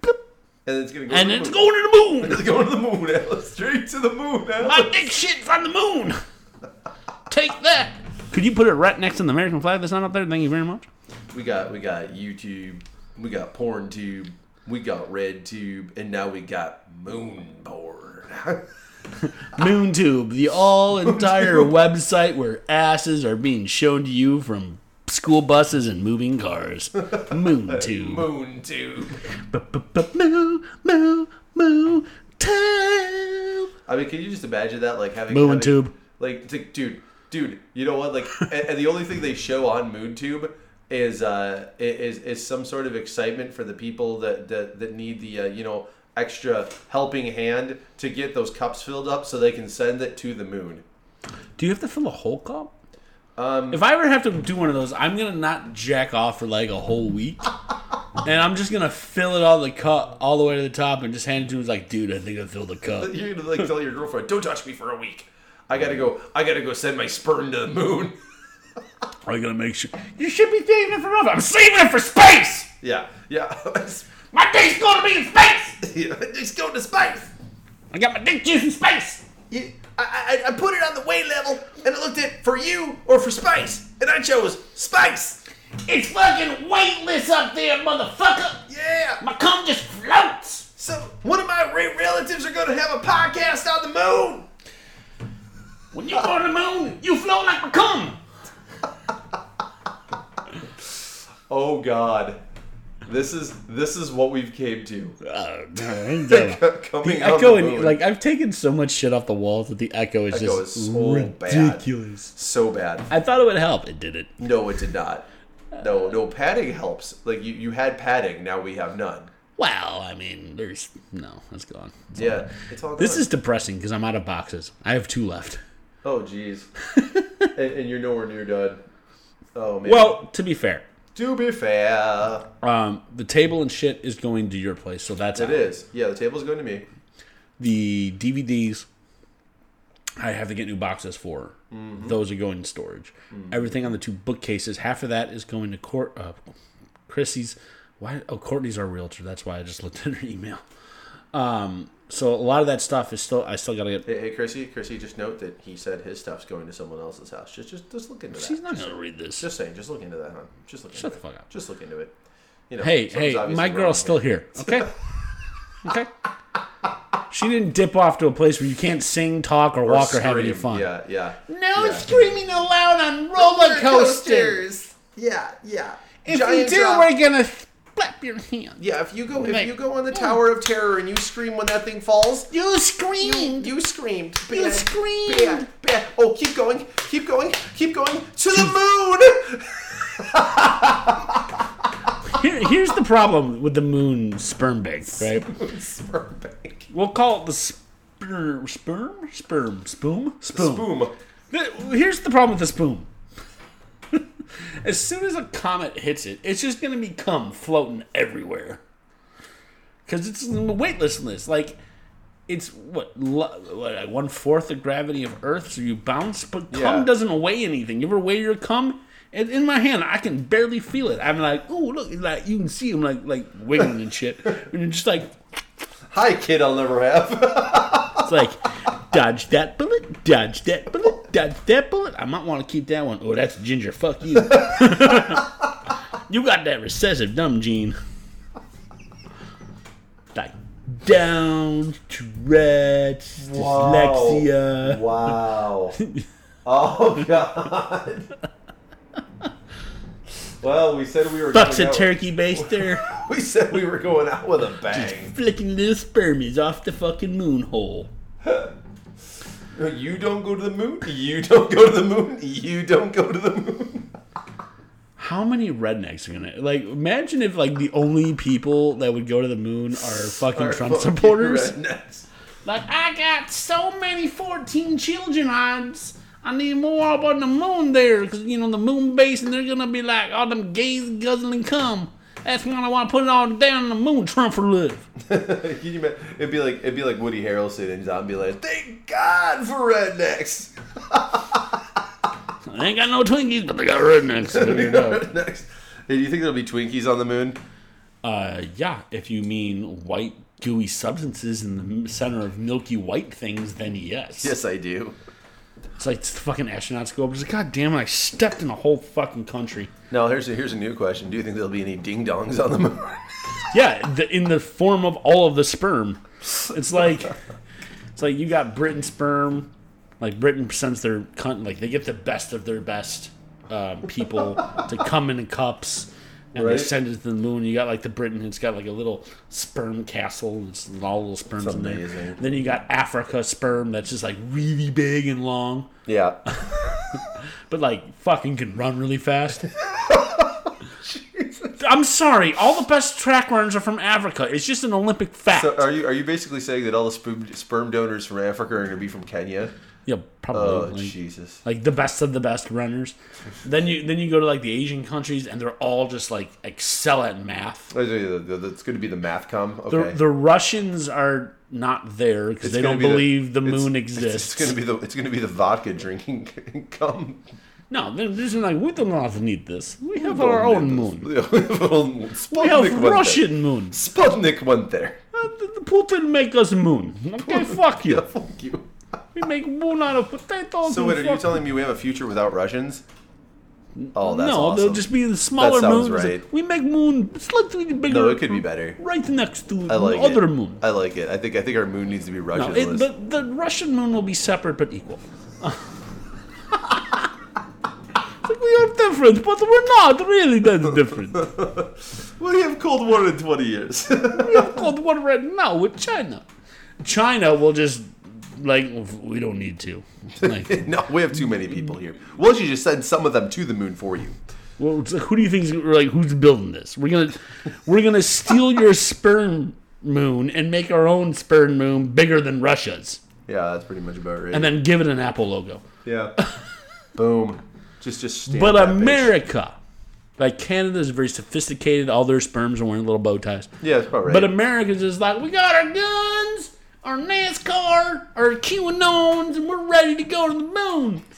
"Bloop," and it's gonna go. and to the it's moon. [LAUGHS] going to the moon. It's going to the moon, Alice. Straight to the moon, Alice. My dick shit's on the moon. Take that. Could you put it right next to the American flag that's not up there? Thank you very much. We got we got YouTube, we got porn tube, we got red tube, and now we got moon porn. [LAUGHS] MoonTube, the all [LAUGHS] entire website where asses are being shown to you from school buses and moving cars. MoonTube. moon tube. Moo, moo, moo, tube. I mean, can you just imagine that? Like having Moon having- tube. Like, t- dude, dude, you know what? Like, and, and the only thing they show on MoonTube is uh i- is is some sort of excitement for the people that that, that need the uh, you know extra helping hand to get those cups filled up so they can send it to the moon. Do you have to fill a whole cup? Um, if I ever have to do one of those, I'm gonna not jack off for like a whole week, and I'm just gonna fill it all the cup all the way to the top and just hand it to him. Like, dude, I think I filled the [LAUGHS] cup. You're gonna like tell your girlfriend, "Don't touch me for a week. I gotta go. I gotta go send my sperm to the moon." [LAUGHS] I gotta make sure you should be saving it for nothing. I'm saving it for space. yeah, yeah. [LAUGHS] My dick's gonna be in space. It's going to space. I got my dick juice in space. You, I, I, I put it on the weight level and I looked at for you or for space, and I chose space. It's fucking weightless up there, motherfucker. Yeah. My cum just floats. So one of my re- relatives are going to have a podcast on the moon. When you go to the moon, you float like my cum. Oh God. This is this is what we've came to. [LAUGHS] Uh, Coming [LAUGHS] The echo out of the moon. and like I've taken so much shit off the wall that the echo is Echo just is so bad. ridiculous. so bad. I thought it would help. It didn't. No, it did not. No, no padding helps. Like you, you had padding. Now we have none. Well, I mean, there's no. That's gone. Yeah, it's all. This gone. is depressing because I'm out of boxes. I have two left. Oh jeez. [LAUGHS] and, and you're nowhere near done. Oh man. Well, to be fair, to be fair, um, the table and shit is going to your place, so that's it out. is. Yeah, the table's going to me. the DVDs I have to get new boxes for. Mm-hmm. Those are going in storage. Everything on the two bookcases, half of that is going to court. Uh, Chrissy's, why? Oh, Courtney's our realtor. That's why I just looked [LAUGHS] at her email. Um, so a lot of that stuff is still. I still gotta get. Hey, hey, Chrissy, Chrissy, just note that he said his stuff's going to someone else's house. Just, just, just look into that. She's not gonna read this. Just saying, just look into that, huh? Just look. Shut into the it. fuck up. Just look into it. You know. hey, something's hey, obviously my wrong girl's here. still here. Okay. [LAUGHS] okay. She didn't dip off to a place where you can't sing, talk, or, walk, or have any Scream. fun. Yeah, yeah. No Yeah. screaming aloud on roller Yeah, yeah. If Giant you do, drop. we're gonna slap your hand. yeah, if you go, if Like- you go on the Tower of Terror and you scream when that thing falls, You screamed. you screamed. You Bad, screamed. Bad, bad. Oh, keep going, keep going, keep going to the [LAUGHS] moon. Here, here's the problem with the moon sperm bank, right? Sperm bank. [LAUGHS] We'll call it the sperm, sperm, sperm, spoon, spoon. Boom. The- Here's the problem with the spoon. [LAUGHS] as soon as a comet hits it, it's just gonna be cum floating everywhere. Cause it's in the weightlessness, like. It's what, lo- what one fourth the gravity of Earth, so you bounce, but cum Yeah. doesn't weigh anything. You ever weigh your cum? And in my hand, I can barely feel it. I'm like, oh look, it's like you can see him like like wiggling and shit, and you're just like, Hi, kid. I'll never have. it's like, dodge that bullet, dodge that bullet, dodge that bullet. I might want to keep that one. Oh, that's ginger. Fuck you. [LAUGHS] you got that recessive dumb gene. Like down, Tourette's, dyslexia. [LAUGHS] [LAUGHS] Wow. Oh God. Well, we said we were Bucks a going out- turkey baster, [LAUGHS] [LAUGHS] We said we were going out with a [LAUGHS] bang. flicking little spermies off the fucking moon hole. You don't go to the moon. You don't go to the moon. You don't go to the moon. How many rednecks are gonna like? Imagine if like the only people that would go to the moon are fucking Trump Fucking supporters. rednecks. Like I got so many fourteen children odds. I need more up on the moon there, cause you know the moon base, and they're gonna be like all them gays guzzling cum. That's when I want to put it all down on the moon, Trump for live. Can you ima- it'd be like it'd be like Woody Harrelson in Zombieland. Thank God for rednecks. I ain't got no Twinkies, but they got rednecks. in it, though. [LAUGHS] rednecks. Hey, do you think there'll be Twinkies on the moon? Uh, yeah, if you mean white gooey substances in the m- center of milky white things, then yes. Yes, I do. It's like it's the fucking astronauts go up. It's like, God damn it, I stepped in a whole fucking country. Now here's a, here's a new question. Do you think there'll be any ding dongs on the moon? Yeah, the, in the form of all of the sperm. It's [LAUGHS] like it's like you got Britain sperm. Like Britain sends their cunt, like they get the best of their best um, people to come in cups, and Right. they send it to the moon. You got like the Britain, it's got like a little sperm castle. and It's all little sperms in there. amazing. Then you got Africa sperm that's just like really big and long, [LAUGHS] yeah. but like fucking can run really fast. [LAUGHS] I'm sorry, all the best track runners are from Africa. It's just an Olympic fact. So uh, are you are you basically saying that all the sperm, sperm donors from Africa are going to be from Kenya? Yeah, Oh probably. like, Jesus! like the best of the best runners. then you then you go to like the Asian countries and they're all just like excel at math. That's going to be the math com. The, Okay. the Russians are not there because It's they gonna don't be believe the, it's- moon it's- exists. It's, gonna be the it's gonna be the vodka drinking [LAUGHS] cum. no, they're just like we do not need this. We have Don't our do own this. [LAUGHS] moon. Sputnik We have went Russian moon. There. Sputnik went there. [LAUGHS] Uh, th- th- Putin make us moon. Okay, fuck Yeah, you. fuck you. We make moon out of potatoes. So and wait, are you fuck- telling me we have a future without Russians? Oh, that's no, awesome. they'll just be the smaller That moons. sounds right. We make moon slightly bigger. No, it could be better. Right next to I like other it. moon. I like it. I think I think our moon needs to be No, Russian. it, list. the, the Russian moon will be separate but equal. [LAUGHS] It's like we are different, but we're not really that different. [LAUGHS] we we have Cold War in twenty years. [LAUGHS] have Cold War right now with China. China will just like we don't need to. Like, no, we have too many people here. Why don't you just send some of them to the moon for you? well, it's like, who do you think's like who's building this? We're gonna we're gonna steal your sperm moon and make our own sperm moon bigger than Russia's, Yeah, that's pretty much about right. and then give it an Apple logo. yeah. [LAUGHS] Boom. Just just. stamp But that bitch. America, like Canada, is very sophisticated. All their sperms are wearing little bow ties. Yeah, that's about right. But America's just like, we got our guns, our NASCAR, our QAnons, and we're ready to go to the moon. [LAUGHS]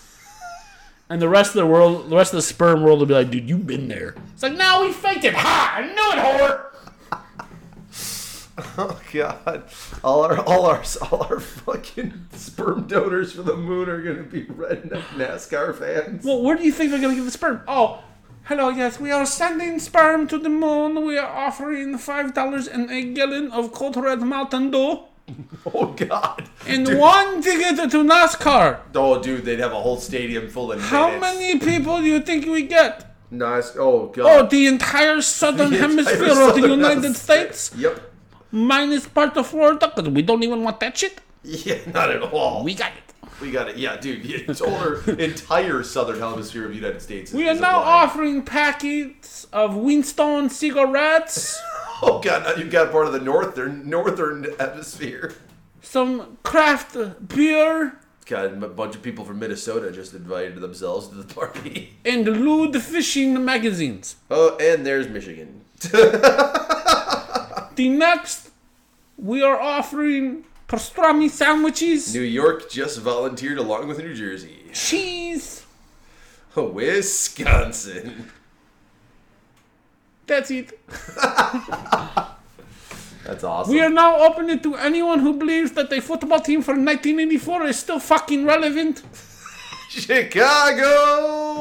And the rest of the world, the rest of the sperm world will be like, dude, you've been there. It's like, no, we faked it. Ha! I knew it, whore. [LAUGHS] Oh God! All our all our all our fucking sperm donors for the moon are gonna be [LAUGHS] redneck NASCAR fans. Well, where do you think they're going to get the sperm? Oh, hello, yes, we are sending sperm to the moon. We are offering $5 and a gallon of cold red Mountain Dew. Oh God! And one ticket to NASCAR. Oh dude, they'd have a whole stadium full of How minutes. many people do you think we get? Nice. Oh Oh, God! the entire southern [LAUGHS] The entire hemisphere of the southern United hemisphere. States, Yep. minus part of Florida, because we don't even want that shit. Yeah, not at all. We got it. We got it. Yeah, dude. The [LAUGHS] entire, entire southern hemisphere of the United States. We are now offering packets of Winston cigarettes, Oh god! Now you've got part of the northern northern hemisphere. some craft beer, God, a bunch of people from Minnesota just invited themselves to the party. [LAUGHS] and lewd fishing magazines. Oh, and there's Michigan. The next, we are offering pastrami sandwiches, New York just volunteered along with New Jersey. [LAUGHS] cheese. Wisconsin. That's it. That's awesome. We are now open it to anyone who believes that a football team from 1984 is still fucking relevant. Chicago.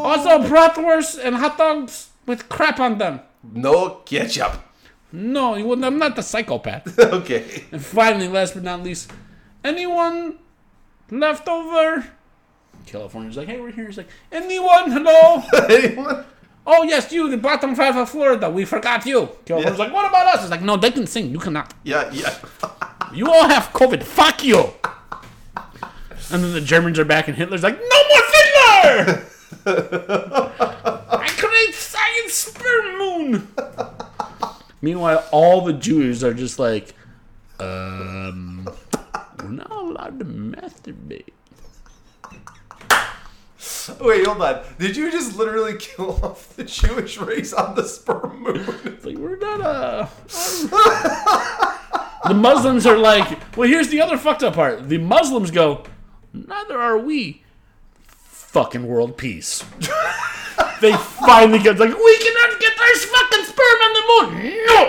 Also, bratwurst and hot dogs with crap on them. No ketchup. [LAUGHS] No, you wouldn't, I'm not a psychopath. Okay. and finally, last but not least, anyone left over? California's like, hey, we're here. He's like, anyone? Hello? Anyone? oh, yes, you, the bottom five of Florida. We forgot you. California's Yeah. like, what about us? It's like, no, they can sing. You cannot. Yeah, yeah. You all have COVID. Fuck you. And then the Germans are back, and Hitler's like, no more Hitler! I create science sperm moon. Meanwhile, all the Jews are just like, um, we're not allowed to masturbate. Wait, hold on. Did you just literally kill off the Jewish race on the sperm moon? It's like we're not uh [LAUGHS] the Muslims are like, well, here's the other fucked up part. The Muslims go, neither are we. Fucking world peace. [LAUGHS] they finally get like, we cannot get our fucking sperm on the moon. No.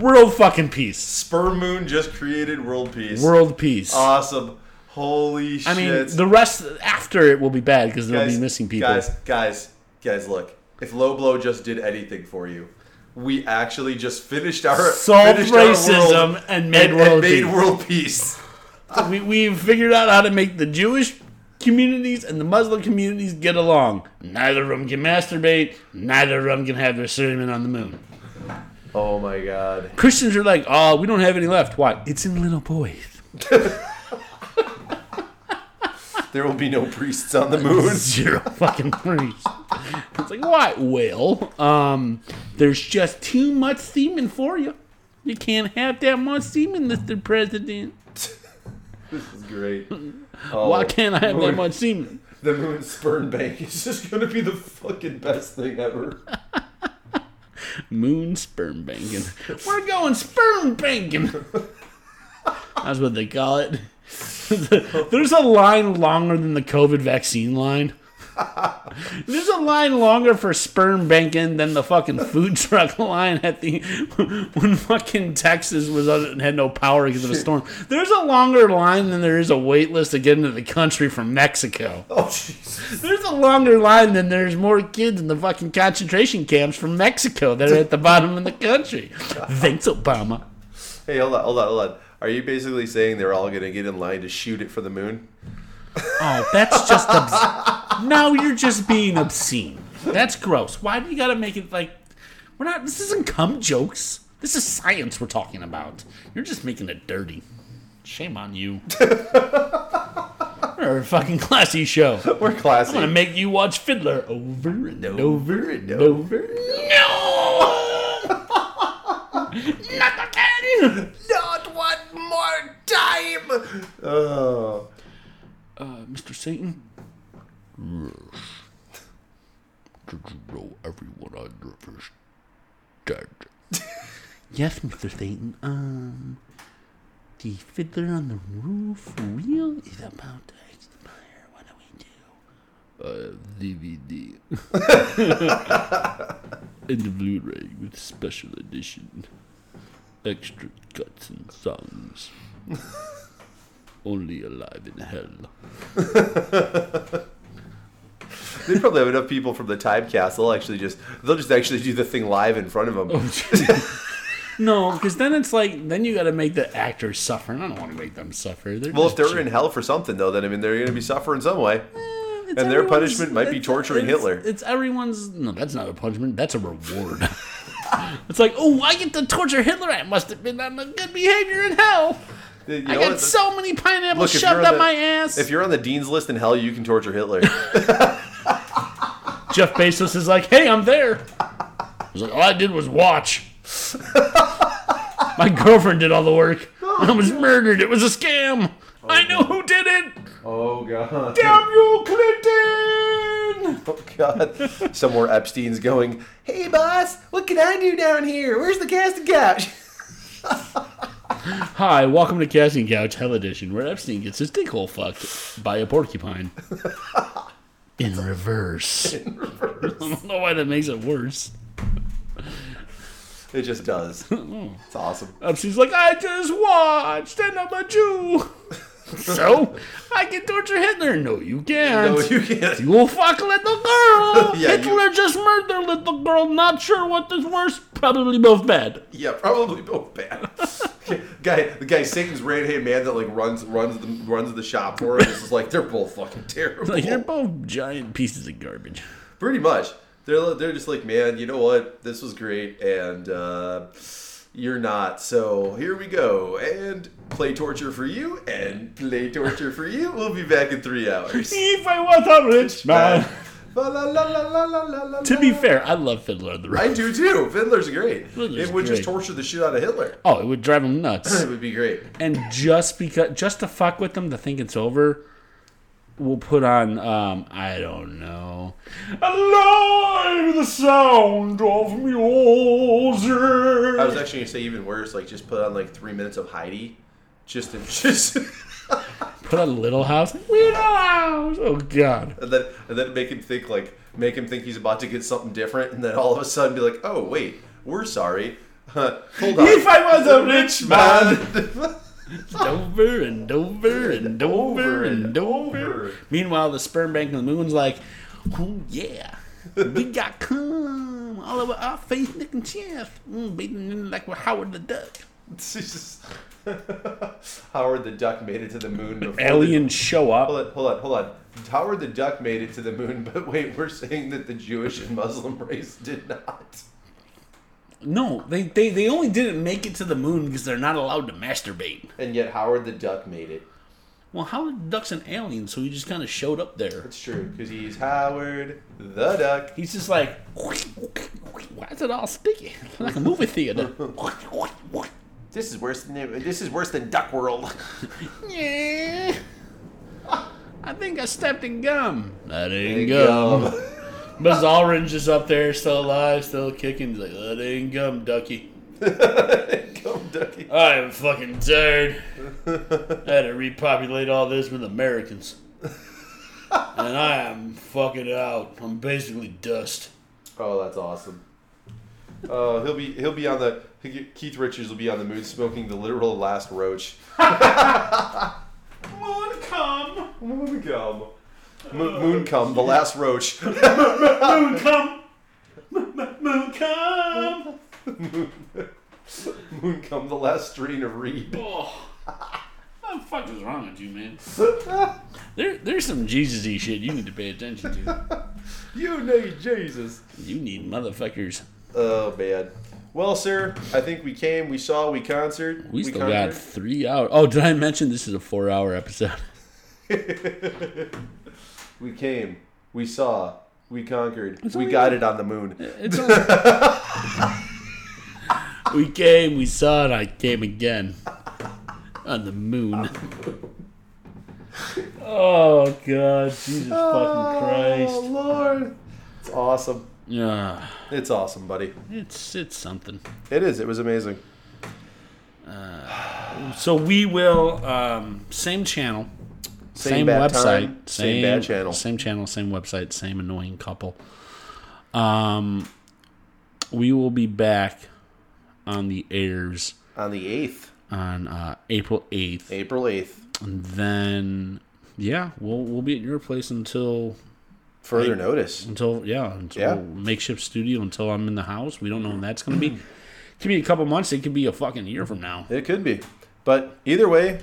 world fucking peace. Sperm moon just created world peace. World peace. awesome. Holy shit. I mean, the rest after it will be bad because there'll be missing people. Guys, guys, guys, look. If Low Blow just did anything for you, we actually just finished our Solved finished our racism world and made world made peace. world peace. we, we've figured out how to make the Jewish communities and the Muslim communities get along. Neither of them can masturbate. Neither of them can have their sermon on the moon. Oh my god. Christians are like, oh, we don't have any left. Why? It's in little boys. [LAUGHS] There will be no priests [LAUGHS] on the moon. Zero fucking priests. It's like, why? Well, um, there's just too much semen for you. You can't have that much semen, Mr. President. This is [LAUGHS] great. Oh, Why can't I have that Lord. much semen? The moon sperm bank is just gonna be the fucking best thing [LAUGHS] ever. Moon sperm banking. We're going sperm banking. That's what [LAUGHS] they call it. There's a line longer than the COVID vaccine line. There's a line longer for sperm banking than the fucking food [LAUGHS] truck line at the when fucking Texas was un- had no power because of a storm. There's a longer line than there is a wait list to get into the country from Mexico. Oh, jeez. There's a longer line than there's more kids in the fucking concentration camps from Mexico that are at the bottom of the country. Thanks, Obama. Hey, hold on, hold on, hold on. Are you basically saying they're all going to get in line to shoot it for the moon? Oh, that's just obs- now you're just being obscene. That's gross. Why do you gotta make it like we're not? This isn't cum jokes. This is science we're talking about. You're just making it dirty. Shame on you. [LAUGHS] We're a fucking classy show. I'm We're classy. gonna make you watch Fiddler over and over, and and over. No, [LAUGHS] not again. Not one more time. Oh, Uh, Mr. Satan? Did you know everyone on Earth is dead? [LAUGHS] yes, Mr. Satan. Um, the fiddler on the roof wheel is about to expire. What do we do? Uh, [LAUGHS] DVD. and the Blu-ray with special edition. Extra cuts and [LAUGHS] songs. Only alive in hell. they probably have enough people from the time castle. Actually, just they'll just actually do the thing live in front of them. no, because then it's like then you got to make the actors suffer, and I don't want to make them suffer. They're well, if just they're in hell for something, though, then I mean they're going to be suffering some way. cheap. Eh, It's and their everyone's- punishment might be it's- torturing it's- Hitler. It's everyone's. No, that's not a punishment. That's a reward. [LAUGHS] it's like, oh, I get to torture Hitler. I must have been on the good behavior in hell. You I know got what? so many pineapples Look, if you're shoved on up the- my ass. If you're on the dean's list in hell, you can torture Hitler. Jeff Bezos is like, hey, I'm there. He's like, all I did was [LAUGHS] watch. My girlfriend did all the work. Oh, I was murdered. It was a scam. I know who did it. [LAUGHS] oh god. Damn you, Clinton! Oh god. Somewhere Epstein's going, Hey boss, what can I do down here? Where's the casting couch? Hi, welcome to Casting Couch Hell Edition, where Epstein gets his dick hole fucked by a [LAUGHS] porcupine. In reverse. In reverse. [LAUGHS] I don't know why that makes it worse. [LAUGHS] It just does. It's awesome. Epstein's like, I just watched, and I'm a Jew. [LAUGHS] so, I can torture Hitler. No, you can't. No, [LAUGHS] you can't. You fuck little [LAUGHS] girl! Yeah, you- Hitler just murdered little girl, not sure what is worse. Probably both bad. Yeah, probably both [LAUGHS] bad. guy, the guy Satan's right hand man that like runs runs the runs the shop for him. It's just like they're both fucking [LAUGHS] terrible. Like, they're both giant pieces of garbage. Pretty much, they're they're just like, man, you know what? This was great, and uh, you're not. So here we go, and play torture for you, and play torture for you. We'll be back in three hours. If I was a rich man. Ba la la la la la la la to be la. fair, I love Fiddler on the Roof. I do too. Fiddler's great. Fiddler's it would just great. torture the shit out of Hitler. Oh, it would drive him nuts. [CLEARS THROAT] It would be great. and just because, just to fuck with them, to think it's over, we'll put on, um, I don't know. Alive the sound of music. I was actually gonna say even worse, like just put on like three minutes of Heidi, just in, [LAUGHS] just Put a little house. Little house. Oh God. and then and then make him think like make him think he's about to get something different, and then all of a sudden be like, oh wait, we're sorry. [LAUGHS] Hold on. If I was a [LAUGHS] rich man. Dover and over and over and over. over. Meanwhile, the sperm bank on the moon's like, oh yeah, we got cum all over our face, neck, and chest, mm, beating in like we're Howard the Duck. It's just- [LAUGHS] Howard the Duck made it to the moon. Before the- Aliens show up. Hold on, hold on, hold on. Howard the Duck made it to the moon, [LAUGHS] but wait, we're saying that the Jewish and Muslim [LAUGHS] race did not. No, they, they they only didn't make it to the moon because they're not allowed to masturbate. And yet Howard the Duck made it. Well, Howard the Duck's an alien, so he just kind of showed up there. It's true, because he's Howard the Duck. He's just like, why is it all sticky? [LAUGHS] Like a movie [LAUGHS] theater. This is worse than this is worse than Duck World. yeah. [LAUGHS] I think I stepped in gum. That ain't [LAUGHS] gum. Gum. [LAUGHS] Buzz Aldrin's just up there, still alive, still kicking. He's like, that ain't gum, ducky. Gum ducky. I am fucking [LAUGHS] [LAUGHS] tired. I had to repopulate all this with Americans. and I am fucking out. I'm basically dust. Oh, that's awesome. Uh, he'll be he'll be on the Keith Richards will be on the moon smoking the literal last roach. Moon [LAUGHS] come, Moon cum. Mo- moon cum, the last roach. [LAUGHS] moon come, moon come. moon cum, the last strain of reed. [LAUGHS] Oh, what the fuck is wrong with you, man? There, there's some Jesus-y shit you need to pay attention to. you need Jesus. You need motherfuckers. Oh man. Well, sir, I think we came, we saw, we concert. We still conquered. got three hours. Oh, did I mention this is a four-hour episode? We came, we saw, we conquered. we got it on the moon. [LAUGHS] It's only- we came, we saw it, I came again. On the moon. oh god, Jesus fucking Oh Christ. Lord, it's awesome. Yeah. It's awesome, buddy. It's it's something. It is. It was amazing. So we will um, same channel. Same, bat website. time, same bad channel. Same channel, same website, same annoying couple. Um we will be back on the airs On the eighth, on uh, April 8th. April eighth. And then yeah, we'll we'll be at your place until Further notice. until yeah, until Yeah. makeshift studio until I'm in the house. We don't know when that's gonna be. [CLEARS THROAT] could be a couple months, it could be a fucking year from now. It could be, but either way,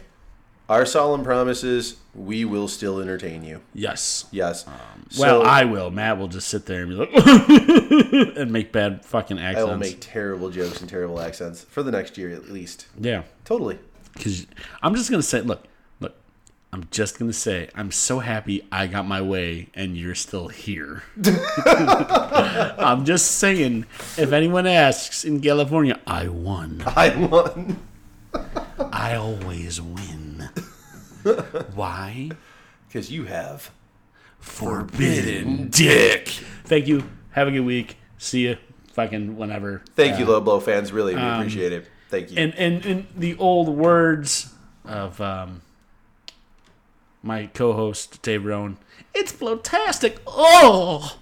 our solemn promise is we will still entertain you. Yes. Yes. Um, well, So- I will. Matt will just sit there and be like [LAUGHS] and make bad fucking I accents. will make terrible jokes and terrible accents for the next year at least. Yeah. Totally. [LAUGHS] Cause I'm just gonna say look, look, I'm just gonna say I'm so happy I got my way and you're still here. I'm just saying, if anyone asks in California, I won. I won. I always win. Why? Because you have. Forbidden dick. Thank you. Have a good week. See you fucking whenever. Thank you, Low Blow fans. Really, we appreciate it. Thank you. And and in the old words of um, my co-host Dave Roan, it's blowtastic. Oh.